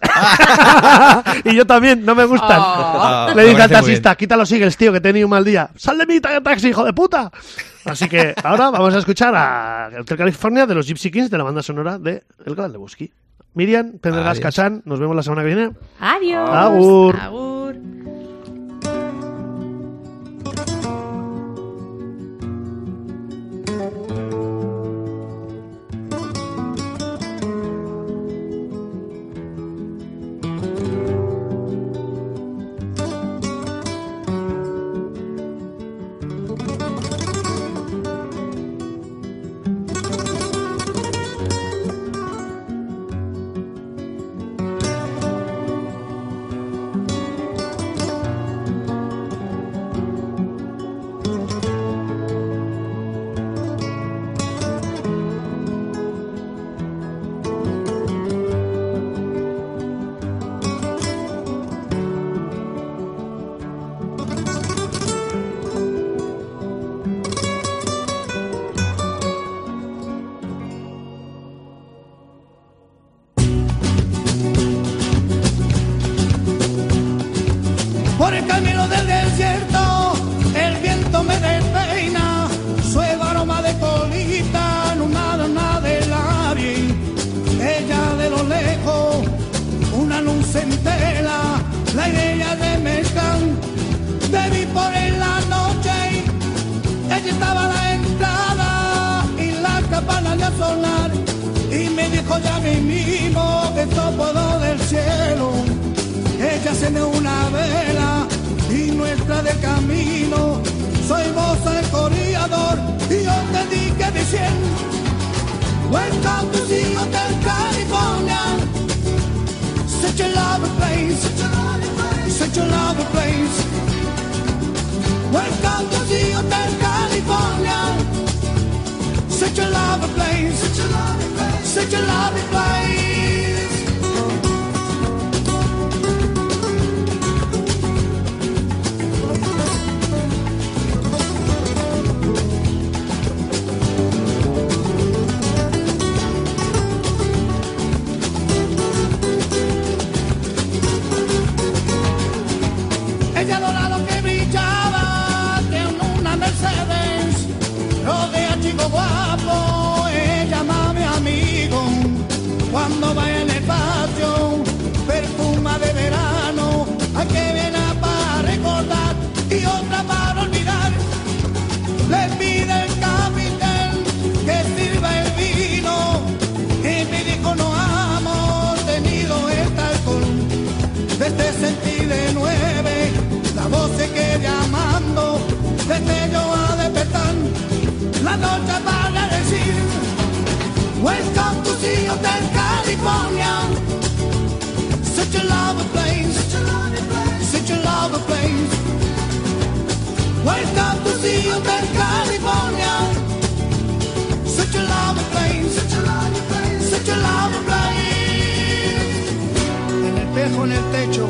y yo también, no me gustan. Oh. Le dice Ah. Me al parece muy taxista, quita los Eagles, tío, que he tenido un mal día. ¡Sal de mi ta- taxi, hijo de puta! Así que ahora vamos a escuchar a Hotel California de los Gypsy Kings de la banda sonora de El Gran Lebowski. Miriam, Pendergast, Adiós. Cachán, nos vemos la semana que viene. Adiós. Agur. Agur. Por el camino del desierto, el viento me despeina, sueva aroma de colita, nada de labios. Ella de lo lejos, una luz en tela, la idea de Mezcán, de mí por en la noche, ella estaba a la entrada y la campana ya sonar, y me dijo ya mi mismo que esto puedo del cielo échaseme una vela y nuestra de camino. Soy vos el corredor y yo te di que me siento. Welcome to the Hotel California. Such a lovely place. Such a lovely place. Welcome to the Hotel California. Such a lovely place. Such a lovely place. Ella dorado que brillaba de una Mercedes, rodea chico guapo, ella más mi amigo. Cuando va en el patio, perfuma de verano, a que viene para recordar y otra para olvidar. Le pide el capitán que sirva el vino y me dijo no hemos tenido este alcohol desde sentí de nueve, la voz se que llamando, desde yo a despertar, la noche para decir, Welcome to the Hotel California, such a lovely place, such a lovely place, Welcome to the Hotel California, such a lovely place, such a lovely place en el espejo, en el techo,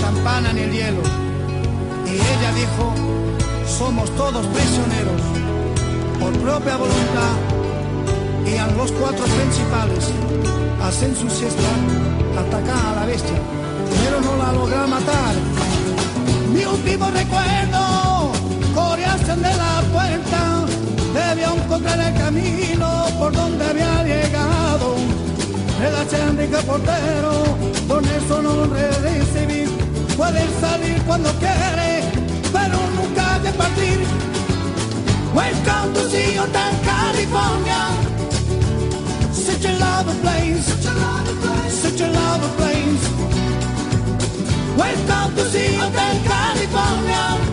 champán en el hielo. Y ella dijo, somos todos prisioneros, por propia voluntad. Y a los cuatro principales hacen su siesta, atacan a la bestia, pero no la logra matar. Mi último recuerdo, coreaste de la puerta, debía encontrar el camino por donde había llegado. El achendica portero, con eso no recibir. Puedes salir cuando quieres, pero nunca de partir. Pues Welcome to the Hotel California. Such a lovely place, such a lovely place. Welcome to the Hotel California.